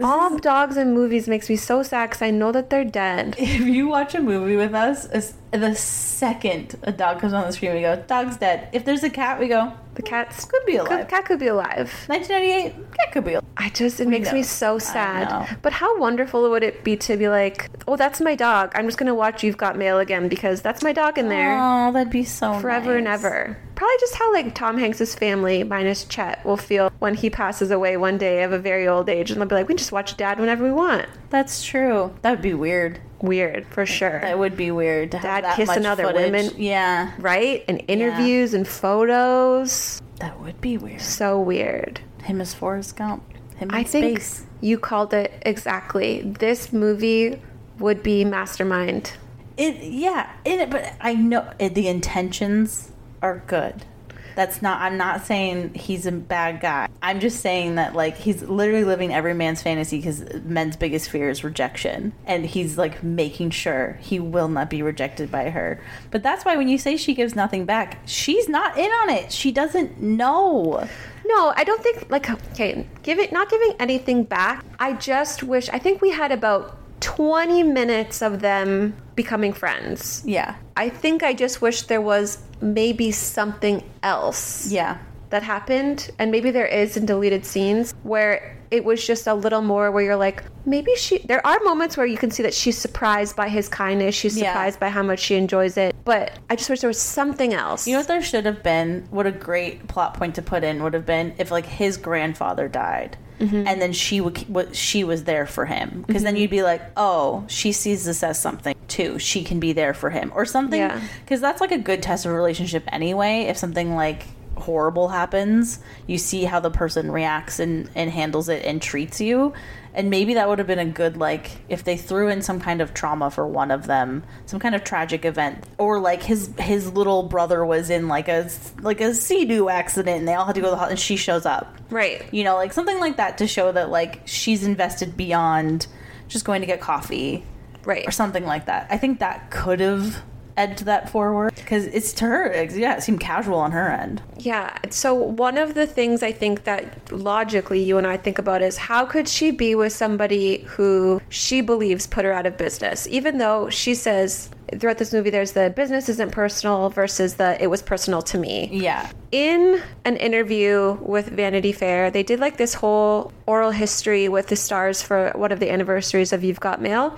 All dogs in movies makes me so sad because I know that they're dead.
if you watch a movie with us, as- the second a dog comes on the screen, we go, dog's dead. If there's a cat, we go,
The cat's
Could be alive.
Could, cat could be alive.
1998, cat could be alive.
I just it makes
know.
me so
know.
sad. But how wonderful would it be to be like, oh, that's my dog. I'm just going to watch You've Got Mail again because that's my dog in there
Oh, that'd be so
forever and
nice.
ever. Probably just how like Tom Hanks's family minus Chet will feel when he passes away one day of a very old age, and they'll be like, we can just watch Dad whenever we want.
That's true. That would be weird.
Weird for sure,
That would be weird to
Dad
have that
kissing
much
other
footage.
women.
Yeah,
right? And interviews and photos,
that would be weird.
so weird.
Him as Forrest Gump. Him in
I think
space.
you called it exactly. This movie would be mastermind.
It yeah, it, but I know it, the intentions are good. That's not. I'm not saying he's a bad guy. I'm just saying that like he's literally living every man's fantasy because men's biggest fear is rejection, and he's like making sure he will not be rejected by her. But that's why when you say she gives nothing back, she's not in on it. She doesn't know.
No, I don't think like okay, giving not giving anything back. I just wish I think we had about 20 minutes of them becoming friends.
Yeah,
I think I just wish there was maybe something else
yeah,
that happened and maybe there is in deleted scenes where it was just a little more where you're like maybe she there are moments where you can see that she's surprised by his kindness she's
Yeah.
surprised by how much she enjoys it but i just wish there was something else
You know what there should have been? What a great plot point to put in would have been if like his grandfather died, and then she would what she was there for him because then you'd be like, oh, she sees this as something too. She can be there for him or something
Yeah.
because that's like a good test of a relationship anyway. If something like horrible happens, you see how the person reacts and and handles it and treats you. And maybe that would have been a good like if they threw in some kind of trauma for one of them, some kind of tragic event, or like his his little brother was in like a like a sea doo accident and they all had to go to the hospital and she shows up
right
you know like something like that to show that like she's invested beyond just going to get coffee
right
or something like that i think that could have edged that forward because it's to her it's- yeah it seemed casual on her end
Yeah. So one of the things I think that logically you and I think about is how could she be with somebody who she believes put her out of business, even though she says throughout this movie there's the business isn't personal versus the it was personal to me
yeah
in an interview with Vanity Fair, they did like this whole oral history with the stars for one of the anniversaries of You've Got Mail.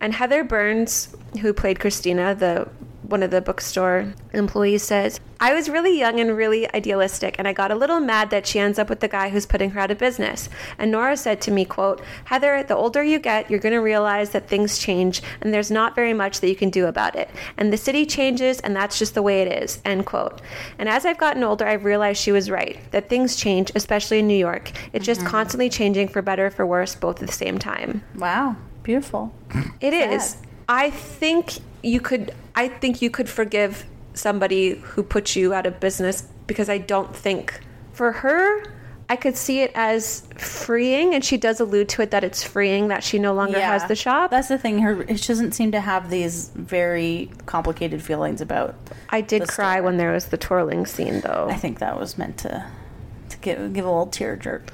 And Heather Burns, who played Christina, the one of the bookstore employees says, I was really young and really idealistic, and I got a little mad that she ends up with the guy who's putting her out of business. And Nora said to me, quote, Heather, the older you get, you're gonna realize that things change and there's not very much that you can do about it. And the city changes and that's just the way it is, end quote. And as I've gotten older, I've realized she was right, that things change, especially in New York. It's just constantly changing for better, for worse, both at the same time.
wow beautiful
It is.
Sad.
I think you could. I think you could forgive somebody who put you out of business because I don't think for her. I could see it as freeing, and she does allude to it that it's freeing that she no longer has the shop.
that's the thing her she doesn't seem to have these very complicated feelings about
I did
the
cry
store.
when there was the twirling scene, though.
i think that was meant to to give, give a little tear jerk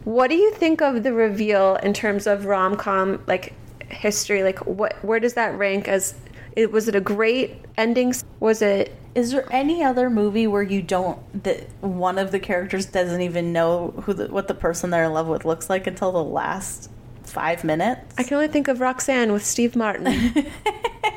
What do you think of the reveal in terms of rom com like history? Like, what where does that rank as? It was it a great ending? Was it
Is there any other movie where you don't that one of the characters doesn't even know who the, what the person they're in love with looks like until the last five minutes?
I can only think of Roxanne with Steve Martin.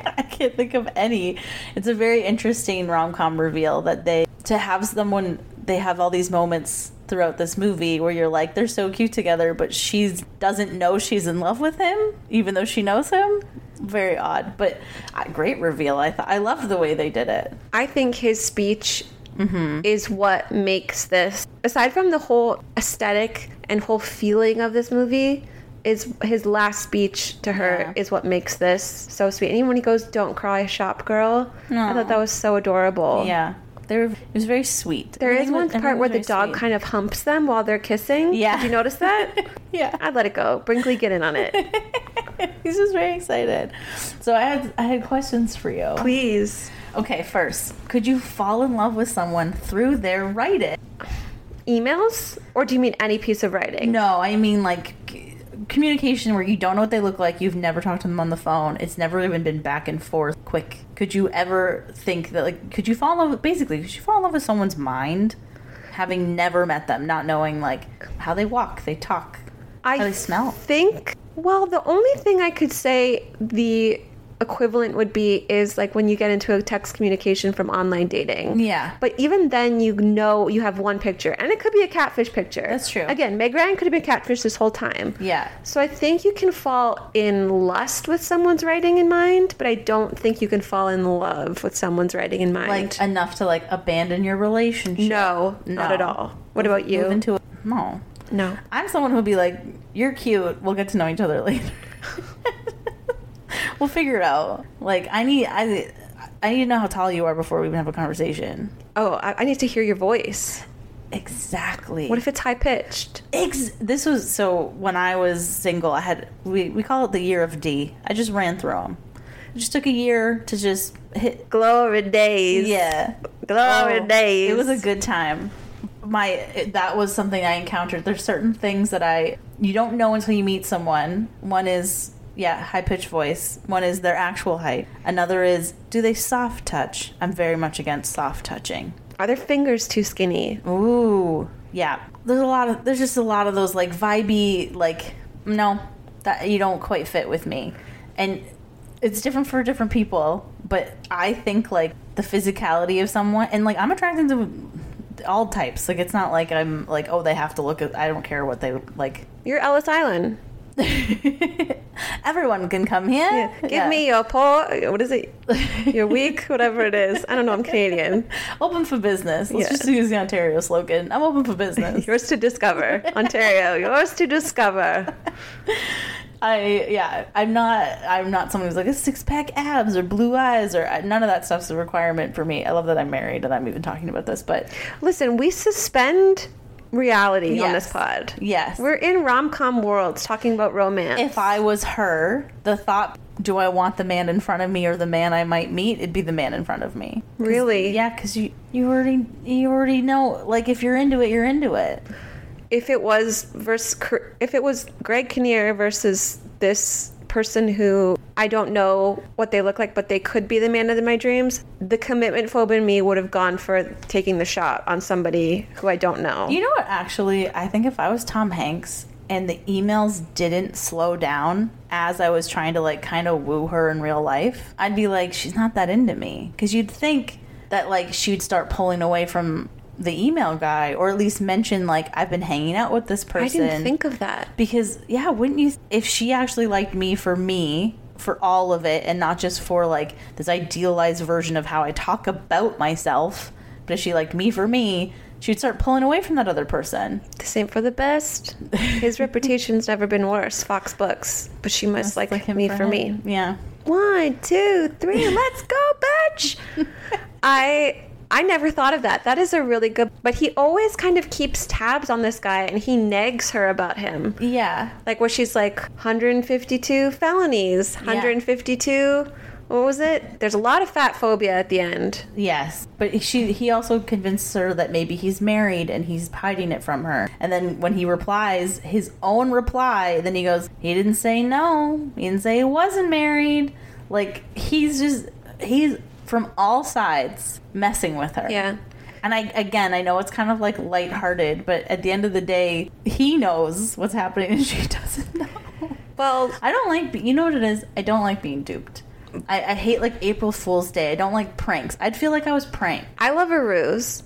I can't think of any. It's a very interesting rom com reveal that they to have someone they have all these moments throughout this movie where you're like they're so cute together, but she doesn't know she's in love with him even though she knows him. Very odd, but uh, great reveal. I thought I loved the way they did it.
I think his speech is what makes this, aside from the whole aesthetic and whole feeling of this movie, is his last speech to her
Yeah.
is what makes this so sweet. And even when he goes, "Don't cry, shop girl," I
Aw.
thought that was so adorable.
Yeah. They were, it was very sweet.
There is one part where the dog kind of humps them while they're kissing.
Yeah.
Did you notice that?
Yeah.
I'd let it go. Brinkley, get in on it.
He's just very excited. So I had I had questions for you.
Please.
Okay, first, could you fall in love with someone through their writing?
Emails? Or do you mean any piece of writing?
No, I mean like c- communication where you don't know what they look like, you've never talked to them on the phone, it's never even been back and forth quick. Could you ever think that like could you fall in love with, basically could you fall in love with someone's mind having never met them, not knowing like how they walk, they talk,
I
How they smell.
think well, the only thing I could say the equivalent would be is like when you get into a text communication from online dating.
Yeah.
But even then you know you have one picture and it could be a catfish picture.
That's true.
Again, Meg Ryan could have been catfish this whole time.
Yeah.
So I think you can fall in lust with someone's writing in mind, but I don't think you can fall in love with someone's writing in mind.
Like enough to like abandon your relationship.
no, not
No.
at all. What about you?
Move into a no.
no.
I'm someone who'd be like, "You're cute. We'll get to know each other later. we'll figure it out." Like, I need I I need to know how tall you are before we even have a conversation.
Oh, I, I need to hear your voice.
Exactly.
What if it's high pitched?
Ex- this was so when I was single, I had we we call it the year of D. I just ran through them. It just took a year to just hit.
Glory days.
Yeah,
Glory
Oh,
days.
It was a good time. My it- that was something I encountered. There's certain things that I you don't know until you meet someone. One is yeah, high pitched voice. One is their actual height. Another is do they soft touch? I'm very much against soft touching.
Are their fingers too skinny?
Ooh, yeah. There's a lot of there's just a lot of those like vibey like no that you don't quite fit with me, and it's different for different people. But I think like the physicality of someone and like I'm attracted to all types. Like it's not like I'm like oh they have to look. at I don't care what they like.
You're Ellis Island.
Everyone can come here.
Yeah. Give
Yeah.
me your poor. What is it? Your weak, whatever it is. I don't know. I'm Canadian.
open for business. Let's
Yeah.
just use the Ontario slogan. I'm open for business.
Yours to discover, Ontario. Yours to discover.
I yeah, I'm not I'm not someone who's like a six pack abs or blue eyes or uh, none of that stuff's a requirement for me. I love that I'm married and I'm even talking about this, but
Listen, we suspend reality on this
Yes.
pod.
yes,
We're in rom com worlds talking about romance.
if I was her, the thought, do I want the man in front of me or the man I might meet? It'd be the man in front of me.
really,
Yeah, because you you already you already know like if you're into it, you're into it.
if it was versus if it was Greg Kinnear versus this person who I don't know what they look like, but they could be the man of my dreams, the commitment phobe in me would have gone for taking the shot on somebody who I don't know.
You know what? Actually, I think if I was Tom Hanks and the emails didn't slow down as I was trying to like kind of woo her in real life, I'd be like, she's not that into me. Because you'd think that like she'd start pulling away from the email guy, or at least mention like I've been hanging out with this
I
person.
didn't think of that.
because yeah, wouldn't you? If she actually liked me for me. For all of it, and not just for like this idealized version of how I talk about myself, but if she liked me for me, she'd start pulling away from that other person.
The same for the best. His reputation's never been worse. Fox Books, but she must, like,
Like him
me for, me.
him. Yeah.
One, two, three, let's go, bitch. I I never thought of that. That is a really good but he always kind of keeps tabs on this guy and he nags her about him.
Yeah.
Like where she's like 152 felonies, 152 what was it? There's a lot of fat phobia at the end.
Yes. But she he also convinced her that maybe he's married and he's hiding it from her. And then when he replies his own reply, then he goes, He didn't say no. He didn't say he wasn't married. Like he's just he's from all sides messing with her.
Yeah.
And I again, I know it's kind of like lighthearted, but at the end of the day, he knows what's happening and she doesn't know.
Well,
I don't like. Be- you know what it is? I don't like being duped. I, I hate like April Fool's Day. I don't like pranks. I'd feel like I was pranked.
I love a ruse.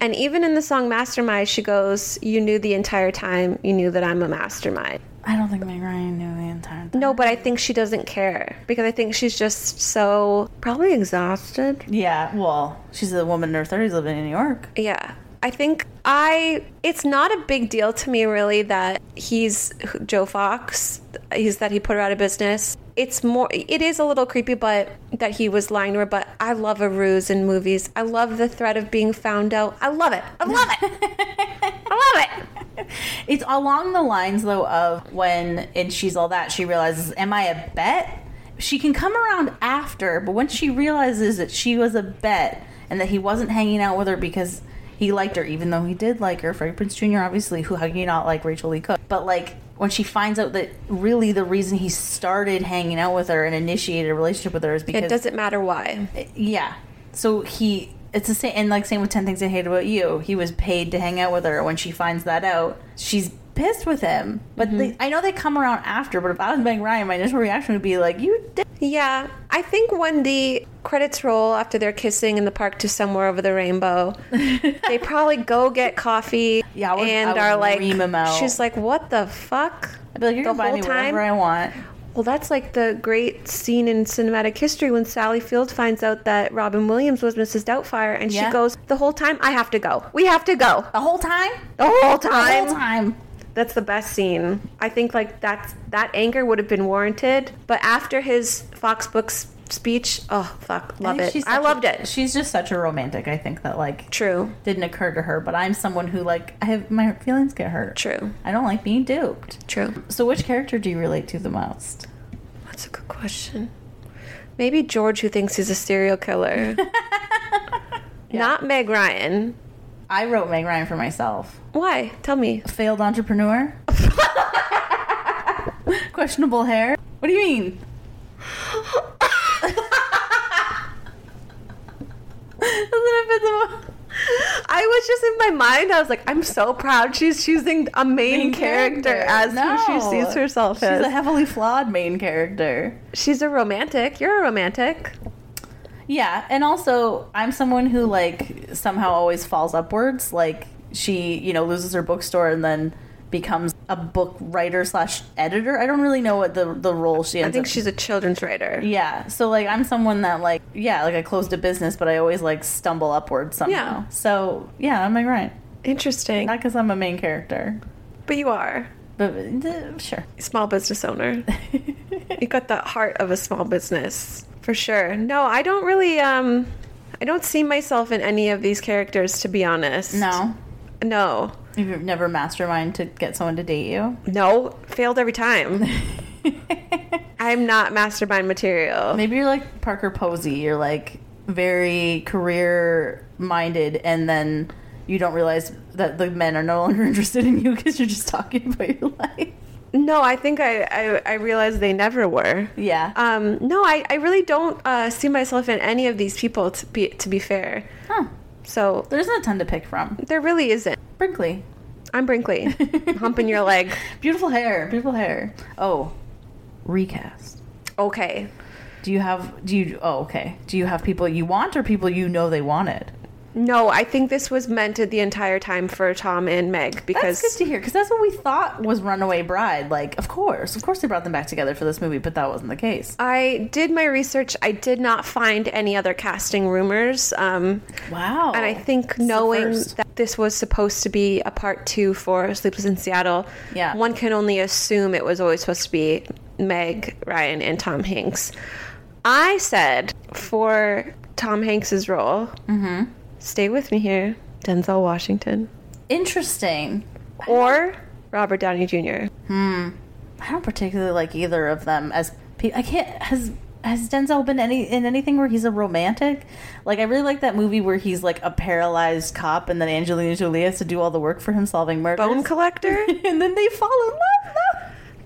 And even in the song Mastermind, she goes, You knew the entire time you knew that I'm a mastermind.
I don't think Meg Ryan knew the entire time.
No, but I think she doesn't care because I think she's just so probably exhausted.
Yeah, well, she's a woman in her thirties living in New York.
Yeah. I think I it's not a big deal to me really that he's Joe Fox, he's that he put her out of business. It's more it is a little creepy but that he was lying to her, but I love a ruse in movies. I love the threat of being found out. I love it. I love it. I love it.
It's along the lines though of when and she's all that she realizes, am I a bet? She can come around after, but once she realizes that she was a bet and that he wasn't hanging out with her because he liked her, even though he did like her, Freddie Prince Jr. obviously, who how can you not like Rachel Lee Cook? But like when she finds out that really the reason he started hanging out with her and initiated a relationship with her is because
It doesn't matter why.
yeah. So he, it's the same, and like same with Ten Things I Hate About You. He was paid to hang out with her. When she finds that out, she's pissed with him. But
Mm-hmm.
they, I know they come around after. But if I was being Ryan, my initial reaction would be like, "You did."
Yeah, I think when the credits roll after they're kissing in the park to somewhere over the rainbow, they probably go get coffee.
Yeah, I would- I
and
would
are like,
ream 'em out.
she's like, what the fuck?
I'd be like, "You're
The
gonna buy
whole
me whatever
time?
I want."
Well, that's like the great scene in cinematic history when Sally Field finds out that Robin Williams was Mrs. Doubtfire, and
Yeah.
she goes, the whole time, I have to go. We have to go.
The whole time.
The whole
The whole
time.
time.
That's the best scene. I think like that's that anger would have been warranted, but after his Fox Books speech, oh fuck, love
think
it.
she's
I
such a-
loved it.
She's just such a romantic. I think that like
True.
didn't occur to her. But I'm someone who like I have my feelings get hurt.
True.
I don't like being duped.
True.
So which character do you relate to the most?
That's a good question. Maybe George, who thinks he's a serial killer. Not Meg Ryan.
I wrote Meg Ryan for myself.
Why? Tell me.
Failed entrepreneur. Questionable hair. What do you mean? Doesn't it fit the mo-
I was just in my mind. I was like, I'm so proud. She's choosing a main,
main
character, as who she
No.
sees herself
She's
as.
a heavily flawed main character.
she's a romantic. You're a romantic.
Yeah, and also I'm someone who like somehow always falls upwards. Like she, you know, loses her bookstore and then becomes a book writer slash editor. I don't really know what the the role she ends
I think
up.
she's a children's writer.
yeah, so like I'm someone that like yeah, like I closed a business, but I always like stumble upwards somehow.
Yeah.
So yeah, I'm like right,
Interesting.
not because I'm a main character,
But you are
but uh, sure.
a small business owner. you got the heart of a small business for sure. No, I don't really. Um, I don't see myself in any of these characters, to be honest.
No,
No.
you've never mastermind to get someone to date you.
No. Failed every time. I'm not mastermind material.
Maybe you're like Parker Posey. You're like very career minded, and then you don't realize that the men are no longer interested in you because you're just talking about your life.
No, I think I, I, I realized they never were.
Yeah.
Um, no, I, I really don't uh, see myself in any of these people, to be, to be fair.
Huh.
So
There isn't a ton to pick from.
there really isn't.
Brinkley.
I'm Brinkley, humping your leg.
Beautiful hair. Beautiful hair. Oh, recast.
Okay.
Do you have, do you, oh, okay. Do you have people you want or people you know they wanted?
No, I think this was meant the entire time for Tom and Meg
That's
because
good to hear because that's what we thought was Runaway Bride. Like, of course, of course they brought them back together for this movie, but that wasn't the case.
I did my research. I did not find any other casting rumors. Um,
Wow.
And I think
It's Oh, the
knowing
first.
that this was supposed to be a part two for Sleepless in Seattle,
Yeah.
one can only assume it was always supposed to be Meg Ryan and Tom Hanks. I said for Tom Hanks's role,
Mm-hmm.
stay with me here, Denzel Washington
Interesting.
or Robert Downey Jr.
I don't particularly like either of them as pe- I can't has has Denzel been any in anything where he's a romantic? Like I really like that movie where he's like a paralyzed cop and then Angelina Jolie has to do all the work for him solving murders.
Bone collector?
and then they fall in love. No.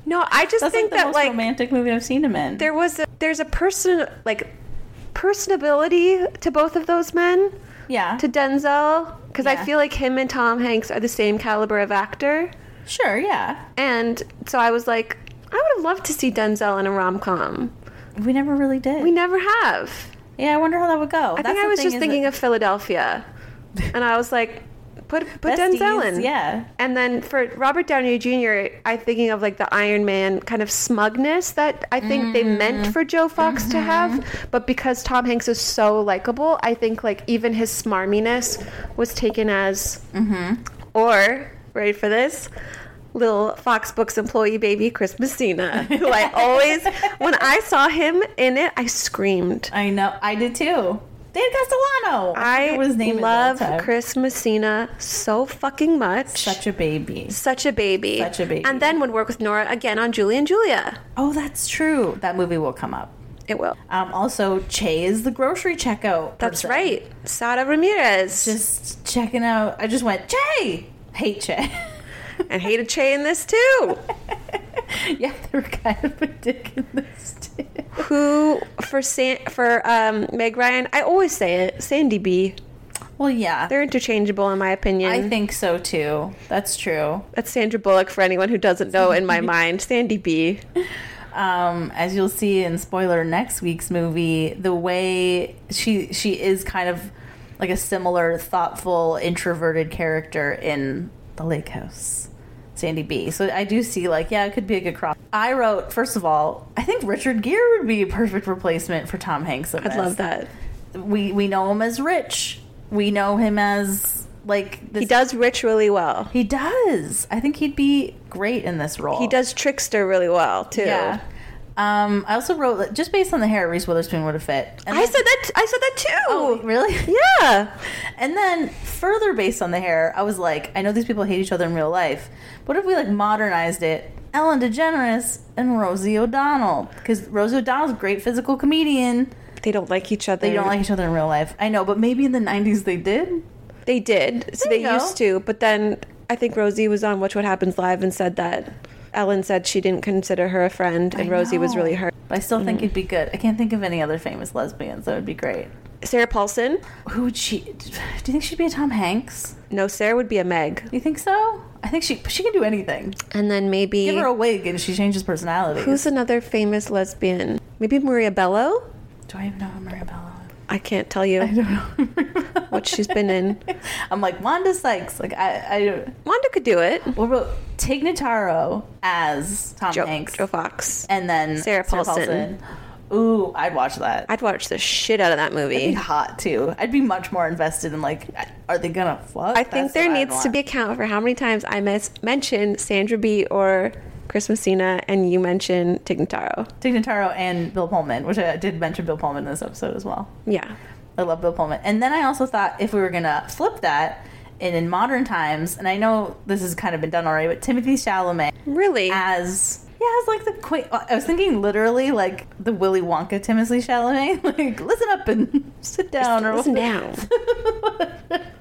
No, I just
That's
think
like the
that
most
like
romantic movie I've seen him in.
there was a, there's a person like personability to both of those men.
yeah.
to Denzel because I
Yeah.
feel like him and Tom Hanks are the same caliber of actor.
sure, yeah.
And so I was like, I would have loved to see Denzel in a rom com.
We never really did.
We never have.
yeah, I wonder how that would go.
I think I was just thinking of Philadelphia, and I was like, put put Denzel in.
Yeah.
And then for Robert Downey Jr., I'm thinking of like the Iron Man kind of smugness that I think they
Mm-hmm.
meant for Joe Fox to have, but because Tom Hanks is so likable, I think like even his smarminess was taken as,
Mm-hmm.
or ready for this. Little Fox Books employee baby Chris Messina, who I always, when I saw him in it, I screamed.
I know. I did too. Dan Castellano.
I
forget what his name is all
love
the time.
Chris Messina so fucking much.
Such a baby.
Such a baby.
Such a baby.
And then would work with Nora again on Julie and Julia.
Oh, that's true. That movie will come up.
It will.
Um, also, Che is the grocery checkout.
That's
person.
right. Sada Ramirez.
Just checking out. I just went Che. Hate Che.
and Hayda Che in this too.
yeah, they were kind of a dick in this too.
Who for San- for um, Meg Ryan? I always say it. Sandy B.
Well, yeah.
They're interchangeable, in my opinion.
I think so too. That's true.
That's Sandra Bullock for anyone who doesn't know in my mind. Sandy B.
um, as you'll see in spoiler next week's movie, the way she she is kind of like a similar thoughtful introverted character in the Lake House, Sandy B. So I do see like yeah, it could be a good cross. I wrote first of all, I think Richard Gere would be a perfect replacement for Tom Hanks. in
I'd
this.
love that.
We we know him as rich. We know him as like this,
He does rich really well.
He does. I think he'd be great in this role.
He does trickster really well too.
Yeah. Um, I also wrote that just based on the hair, Reese Witherspoon would have fit. And
I
then-
said that. I said that too.
Oh, really?
Yeah.
And then further based on the hair, I was like, I know these people hate each other in real life. What if we like modernized it? Ellen DeGeneres and Rosie O'Donnell, because Rosie O'Donnell's a great physical comedian.
They don't like each other.
They don't like each other in real life. I know, but maybe in the '90s they did.
They did. So
There
they
you go.
used to, but then I think Rosie was on Watch What Happens Live and said that Ellen said she didn't consider her a friend, and
I
Rosie was
know.
really hurt.
But I still
Mm.
think it'd be good. I can't think of any other famous lesbians that would be great.
Sarah Paulson?
Who would she? Do you think she'd be a Tom Hanks?
No, Sarah would be a Meg.
Do you think so? I think she she can do anything.
And then maybe
Give her a wig and she changes personality.
who's another famous lesbian? Maybe Maria Bello.
Do I even know who Maria Bello? is?
I can't tell you
I don't know
what she's been in.
I'm like Wanda Sykes. Like I, I don't.
Wanda could do it.
What about Tig Notaro as Tom
Joe,
Hanks,
Joe Fox.
and then
Sarah Paulson.
Ooh, I'd watch that. I'd
I'd watch the shit out of that
be
movie.
hot too. I'd be much more invested in like, are they gonna fuck?
I think there needs to be a count for how many times I mis- mentioned Sandra B or Chris Messina and you mentioned Tignataro.
Tig Notaro and Bill Pullman, which I did mention Bill Pullman in this episode as well.
Yeah.
I love Bill Pullman. And then I also thought if we were gonna flip that, and in modern times, and I know this has kind of been done already, but Timothy Chalamet
Really?
as yeah, as like the queen. I was thinking literally like the Willy Wonka Timothy Chalamet, like listen up and sit down or
Listen down.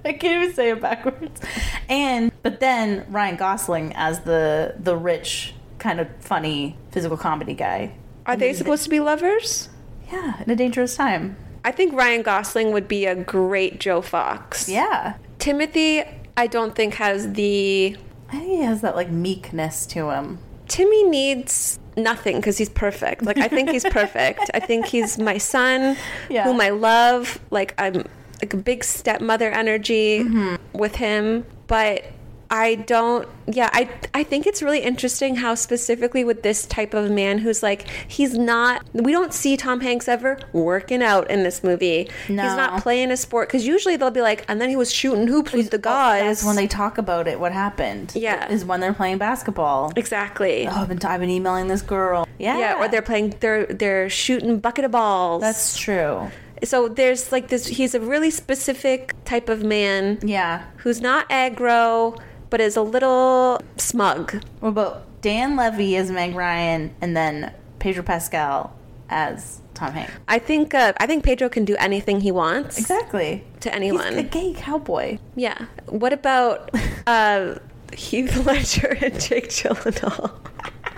I can't even say it backwards. And but then Ryan Gosling as the the rich kind of funny physical comedy guy.
Are they supposed to be lovers?
Yeah, in a dangerous time.
I think Ryan Gosling would be a great Joe Fox.
Yeah.
Timothy, I don't think has the.
I think he has that like meekness to him.
Timmy needs nothing because he's perfect. Like, I think he's perfect. I think he's my son,
Yeah.
whom I love. Like, I'm like a big stepmother energy with him. But I don't, yeah, I, I think it's really interesting how specifically with this type of man who's like, he's not, we don't see Tom Hanks ever working out in this movie. He's
No.
not playing a sport because usually they'll be like, and then he was shooting hoops with the guys.
That's when they talk about it. What happened?
Yeah.
is when they're playing basketball.
exactly.
Oh, I've been, I've been emailing this girl. Yeah,
Yeah, or they're playing they're they're shooting bucket of balls.
Ah. That's true.
so there's like this he's a really specific type of man
Yeah.
who's not aggro but is a little smug.
What about Dan Levy as Meg Ryan, and then Pedro Pascal as Tom Hanks?
I think uh, I think Pedro can do anything he wants
Exactly.
to
He's
anyone.
a gay cowboy.
yeah. What about uh Heath Ledger and Jake Gyllenhaal?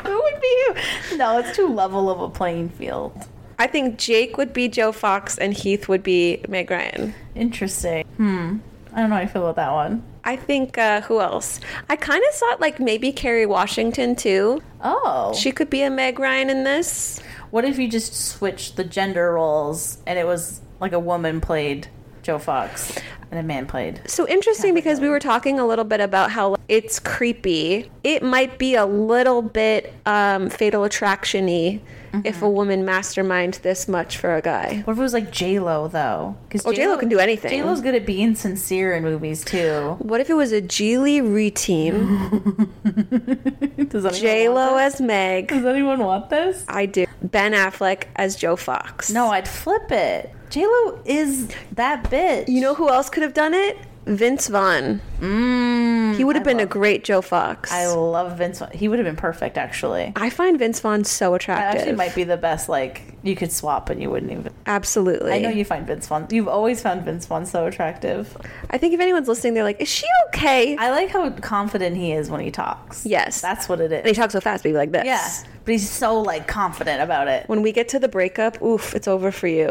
Who would be you? No, it's too level of a playing field.
I think Jake would be Joe Fox and Heath would be Meg Ryan.
Interesting. Hmm. I don't know how I feel about that one.
I think uh, who else? I kind of thought like maybe Carrie Washington too.
Oh.
She could be a Meg Ryan in this.
What if you just switched the gender roles and it was like a woman played Joe Fox and a man played?
So interesting because we were talking a little bit about how it's creepy. It might be a little bit um, fatal attraction y
Mm-hmm.
if a woman masterminds this much for a guy.
What if it was like J Lo though? Because
Oh, J-Lo can do anything.
J Lo's good at being sincere in movies too.
What if it was a Geely
Mm-hmm.
reteam?
Does anyone
J Lo
want
as Meg.
this? Does anyone want this?
I do. Ben Affleck as Joe Fox.
No, I'd flip it. J Lo is that bitch.
You know who else could have done it? Vince Vaughn.
mm,
He would have
I
been a
love-
great Joe Fox.
I love Vince. He would have been perfect actually.
I find Vince Vaughn so
That
attractive.
actually might be the best like you could swap and you wouldn't even.
Absolutely.
I know you find Vince Vaughn. You've always found Vince Vaughn so attractive.
I think if anyone's listening, they're like, is she okay?
I like how confident he is when he talks.
Yes.
That's what it
and he
is.
talks so fast, but he'd be like this.
Yeah. But he's so like confident about it.
When we get to the breakup, oof, it's over for you.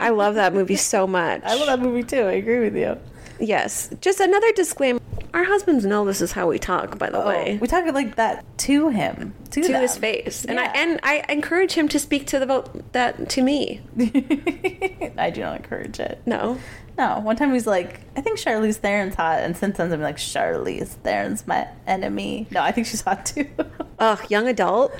I love that movie so much.
I love that movie too. I agree with you.
Yes. Just another disclaimer. Our husbands know this is how we talk, by the way.
we talk like that to him, to,
Oh, to
Oh, them.
his face. And I
Yeah.
and I encourage him to speak to the about that to me.
I do not encourage it.
No.
No, one time he was like, I think Charlize Theron's hot, and since then I'm like, Charlize Theron's my enemy. No, I think she's hot too.
Ugh, young adult.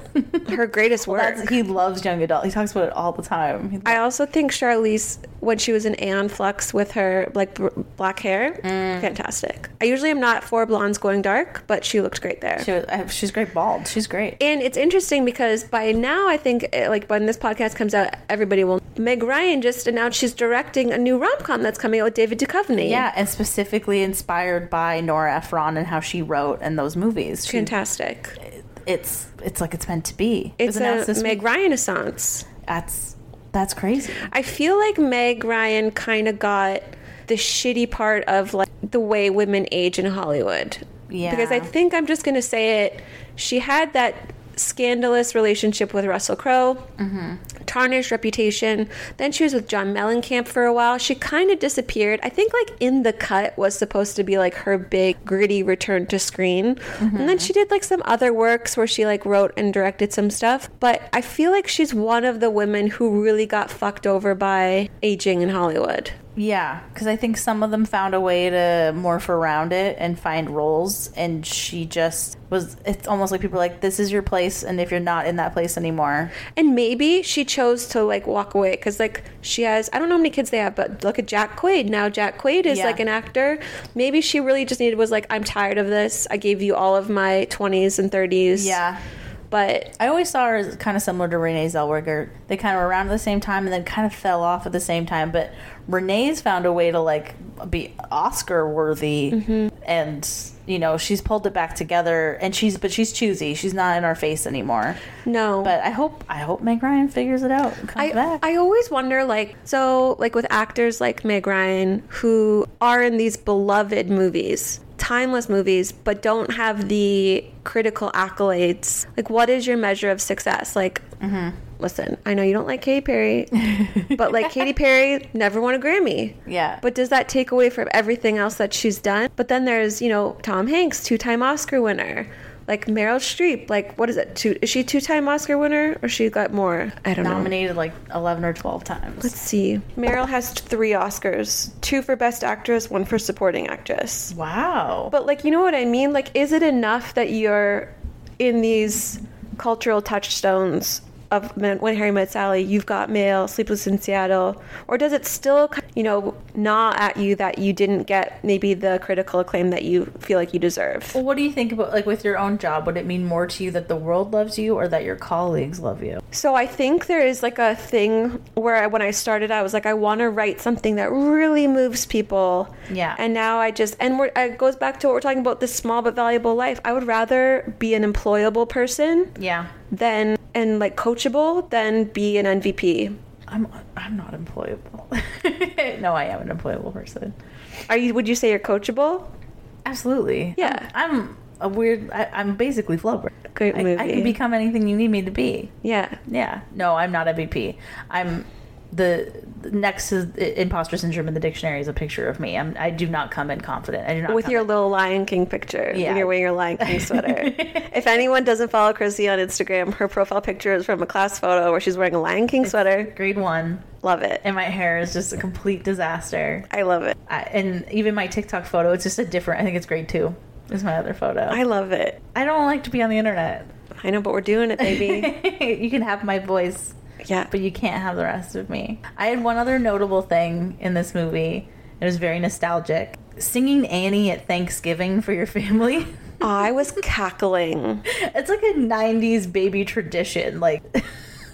Her greatest work.
That's, he loves young adult. He talks about it all the time. He-
I also think Charlize, when she was in Aeon Flux with her like br- black hair,
Mm.
fantastic. I usually am not for blondes going dark, but she looked great there.
she was, I- she's great bald. She's great.
and it's interesting because by now I think eh, like when this podcast comes out, everybody will. Meg Ryan just announced she's directing a new rom com that's coming out with David Duchovny.
Yeah, and specifically inspired by Nora Ephron and how she wrote and those movies. She,
fantastic.
it's it's like it's meant to be. It was
It's
announced
a
this
Meg
week.
Ryan essence.
That's that's crazy.
I feel like Meg Ryan kind of got the shitty part of like the way women age in Hollywood.
Yeah.
Because I think I'm just going to say it. She had that scandalous relationship with Russell Crowe, tarnished reputation. Then she was with John Mellencamp for a while. She kind of disappeared. I think like In the Cut was supposed to be like her big gritty return to screen. And then she did like some other works where she like wrote and directed some stuff, but I feel like she's one of the women who really got fucked over by aging in Hollywood.
Yeah, because I think some of them found a way to morph around it and find roles, and she just was. It's almost like people are like, "This is your place," and if you're not in that place anymore,
And maybe she chose to like walk away because like she has I don't know how many kids they have, but look at Jack Quaid. Now Jack Quaid is
Yeah.
like an actor. Maybe she really just needed was like, I'm tired of this. I gave you all of my twenties and thirties.
yeah.
But
I always saw her as kind of similar to Renee Zellweger. They kind of were around at the same time and then kind of fell off at the same time. But Renee's found a way to like be Oscar worthy, and you know she's pulled it back together. And she's but she's choosy. She's not in our face anymore.
no.
But I hope I hope Meg Ryan figures it out. And comes
I,
back.
I always wonder like so like with actors like Meg Ryan who are in these beloved movies timeless movies but don't have the critical accolades like what is your measure of success like
Mm-hmm.
listen I know you don't like Katy Perry but like Katy Perry never won a Grammy
Yeah.
but does that take away from everything else that she's done? But then there's, you know, Tom Hanks, two-time Oscar winner. Like Meryl Streep, like what is it? Two, is she two-time Oscar winner or she got more? I don't know.
nominated like 11 or 12 times.
Let's see. Meryl has three Oscars two for Best Actress, one for Supporting Actress.
Wow.
But, like, you know what I mean? Like, is it enough that you're in these cultural touchstones of Men- When Harry Met Sally, You've Got Mail, Sleepless in Seattle? Or does it still, ki- you know, gnaw at you that you didn't get maybe the critical acclaim that you feel like you deserve?
Well, what do you think about like with your own job? Would it mean more to you that the world loves you or that your colleagues love you?
So I think there is like a thing where I, when I started, I was like, I want to write something that really moves people.
Yeah.
And now I just and we're, it goes back to what we're talking about this small but valuable life. I would rather be an employable person
Yeah.
than and like coachable than be an NVP.
I'm I'm not employable. no, I am an employable person.
Are you? Would you say you're coachable?
Absolutely.
Yeah.
I'm, I'm a weird I, I'm basically flubber.
Great
I, I
movie.
can become anything you need me to be.
Yeah.
Yeah. No, I'm not a BP. I'm the the next is imposter syndrome in the dictionary is a picture of me. I'm, I do not come in confident. I do not
With
come
your
in-
little Lion King picture, when
Yeah.
you're wearing your Lion King sweater. if anyone doesn't follow Chrissy on Instagram, her profile picture is from a class photo where she's wearing a Lion King sweater.
grade one
Love it.
and my hair is just a complete disaster.
I love it.
I, and even my TikTok photo, it's just a different. I think it's grade two. Is my other photo.
I
I,
love it.
don't like to be on the internet.
I know, but we're doing it, baby.
you can have my voice,
yeah.
but you can't have the rest of me. I had one other notable thing in this movie. It was very nostalgic. Singing Annie at Thanksgiving for your family.
I was cackling.
it's like a 90s baby tradition. Like,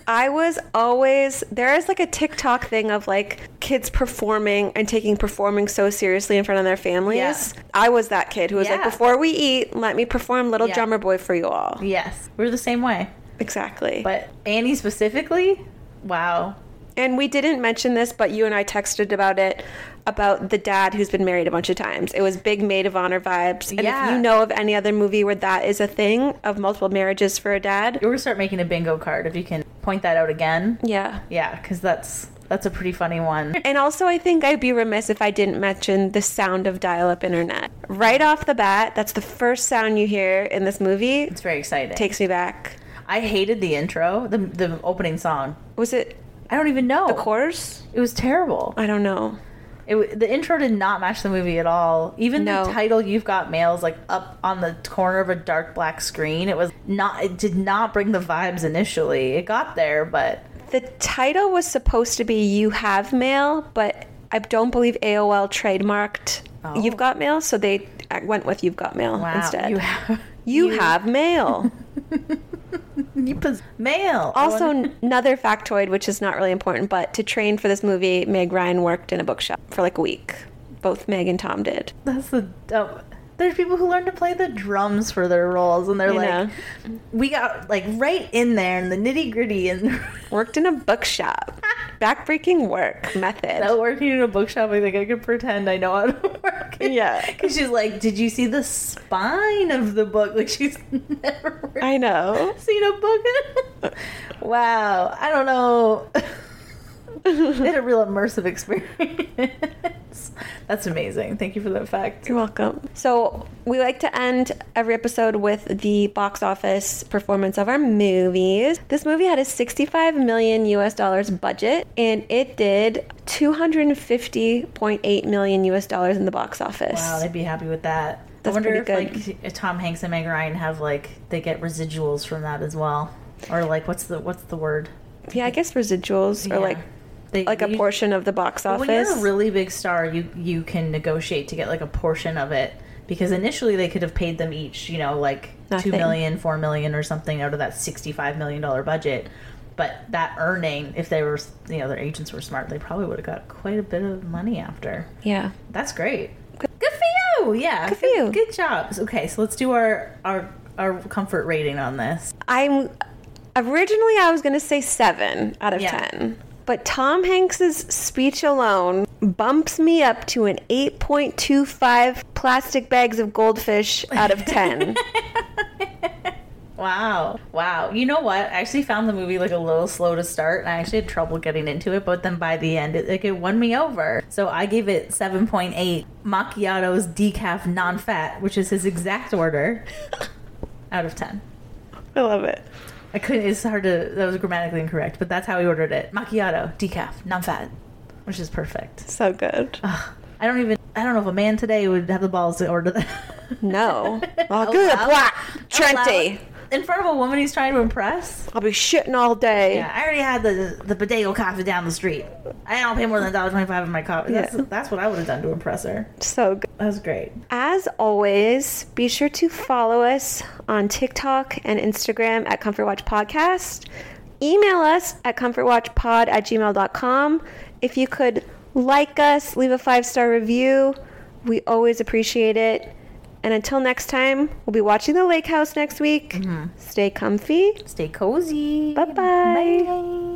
I was always there is like a TikTok thing of like kids performing and taking performing so seriously in front of their families.
Yeah.
I was that kid who was like,
Yeah.
before we eat, let me perform Little
Yeah.
Drummer Boy for you all.
yes, we're the same way.
Exactly.
But Annie specifically, wow.
and we didn't mention this, but you and I texted about it about the dad who's been married a bunch of times. It was big maid of honor vibes. And
Yeah.
if you know of any other movie where that is a thing of multiple marriages for a dad,
We're gonna start making a bingo card if you can point that out again.
yeah.
Yeah, because that's that's a pretty funny one.
And also, I think I'd be remiss if I didn't mention the sound of dial up internet. Right off the bat, that's the first sound you hear in this movie.
It's very exciting.
Takes me back.
I hated the intro, the the opening song.
Was it
I don't even know.
the chorus?
it was terrible.
I don't know.
It w- the intro did not match the movie at all. Even
No.
the title "You've Got Mail" is like up on the corner of a dark black screen. It was not. It did not bring the vibes initially. It got there, but
The title was supposed to be You Have Mail, but I don't believe AOL trademarked
Oh.
You've Got Mail, so they went with You've Got Mail
wow,
instead.
you
You,
have
have mail.
you pos- mail. I
also,
wonder-
n- another factoid, which is not really important, but to train for this movie, Meg Ryan worked in a bookshop for like a week. Both Meg and Tom did.
that's the. Oh, there's people who learn to play the drums for their roles, and they're
I
like,
know.
we got like right in there in the nitty gritty, and
Worked in a bookshop. Backbreaking work method.
Now working in a bookshop, I think I could pretend I know how to work. it.
Yeah.
Because she's like, did you see the spine of the book? Like she's never
I know.
seen a book. wow. I don't know. they had a real immersive experience. That's amazing. Thank you for that fact.
You're welcome. So, we like to end every episode with the box office performance of our movies. This movie had a 65 million US dollars budget and it did 250.8 million US dollars in the box office.
Wow, they'd be happy with that.
That's
I wonder if
pretty good.
like if Tom Hanks and Meg Ryan have like they get residuals from that as well, or like what's the what's the word?
yeah, I guess residuals
Yeah.
or like
they,
like a
you-
portion of the box office.
When you're a really big star, you you can negotiate to get like a portion of it because initially they could have paid them each, you know, like
Nothing.
two million, four million, or something out of that sixty-five million dollar budget. But that earning, if they were, you know, their agents were smart, they probably would have got quite a bit of money after.
yeah.
That's great. Good for you. Yeah.
Good for you.
Good job. Okay, so let's do our our our comfort rating on this.
I'm originally I was gonna say seven out of
Yeah.
ten. But Tom Hanks's speech alone bumps me up to an 8.25 plastic bags of goldfish out of 10.
Wow. Wow. You know what? I actually found the movie like a little slow to start and I actually had trouble getting into it, but then by the end it like it won me over. So I gave it 7.8 macchiatos decaf non-fat, which is his exact order out of 10.
I love it.
I couldn't it's hard to that was grammatically incorrect, but that's how he ordered it. Macchiato, decaf, non-fat, which is perfect.
So good.
Ugh. I don't even I don't know if a man today would have the balls to order that.
No. Oh,
Out
good.
loud?
Black.
Out
Trente.
loud? In front of a woman he's trying to impress?
I'll be shitting all day.
Yeah, I already had the the bodega coffee down the street. I don't pay more than $1.25 in my coffee. That's,
Yeah.
that's what I would have done to impress her.
So good.
That was great.
As always, be sure to follow us on TikTok and Instagram at Comfort Watch Podcast. Email us at comfortwatchpod at gmail.com. If you could like us, leave a five star review. We always appreciate it. And until next time, we'll be watching The Lake House next week. Stay comfy.
Stay cozy.
Bye-bye.
Bye.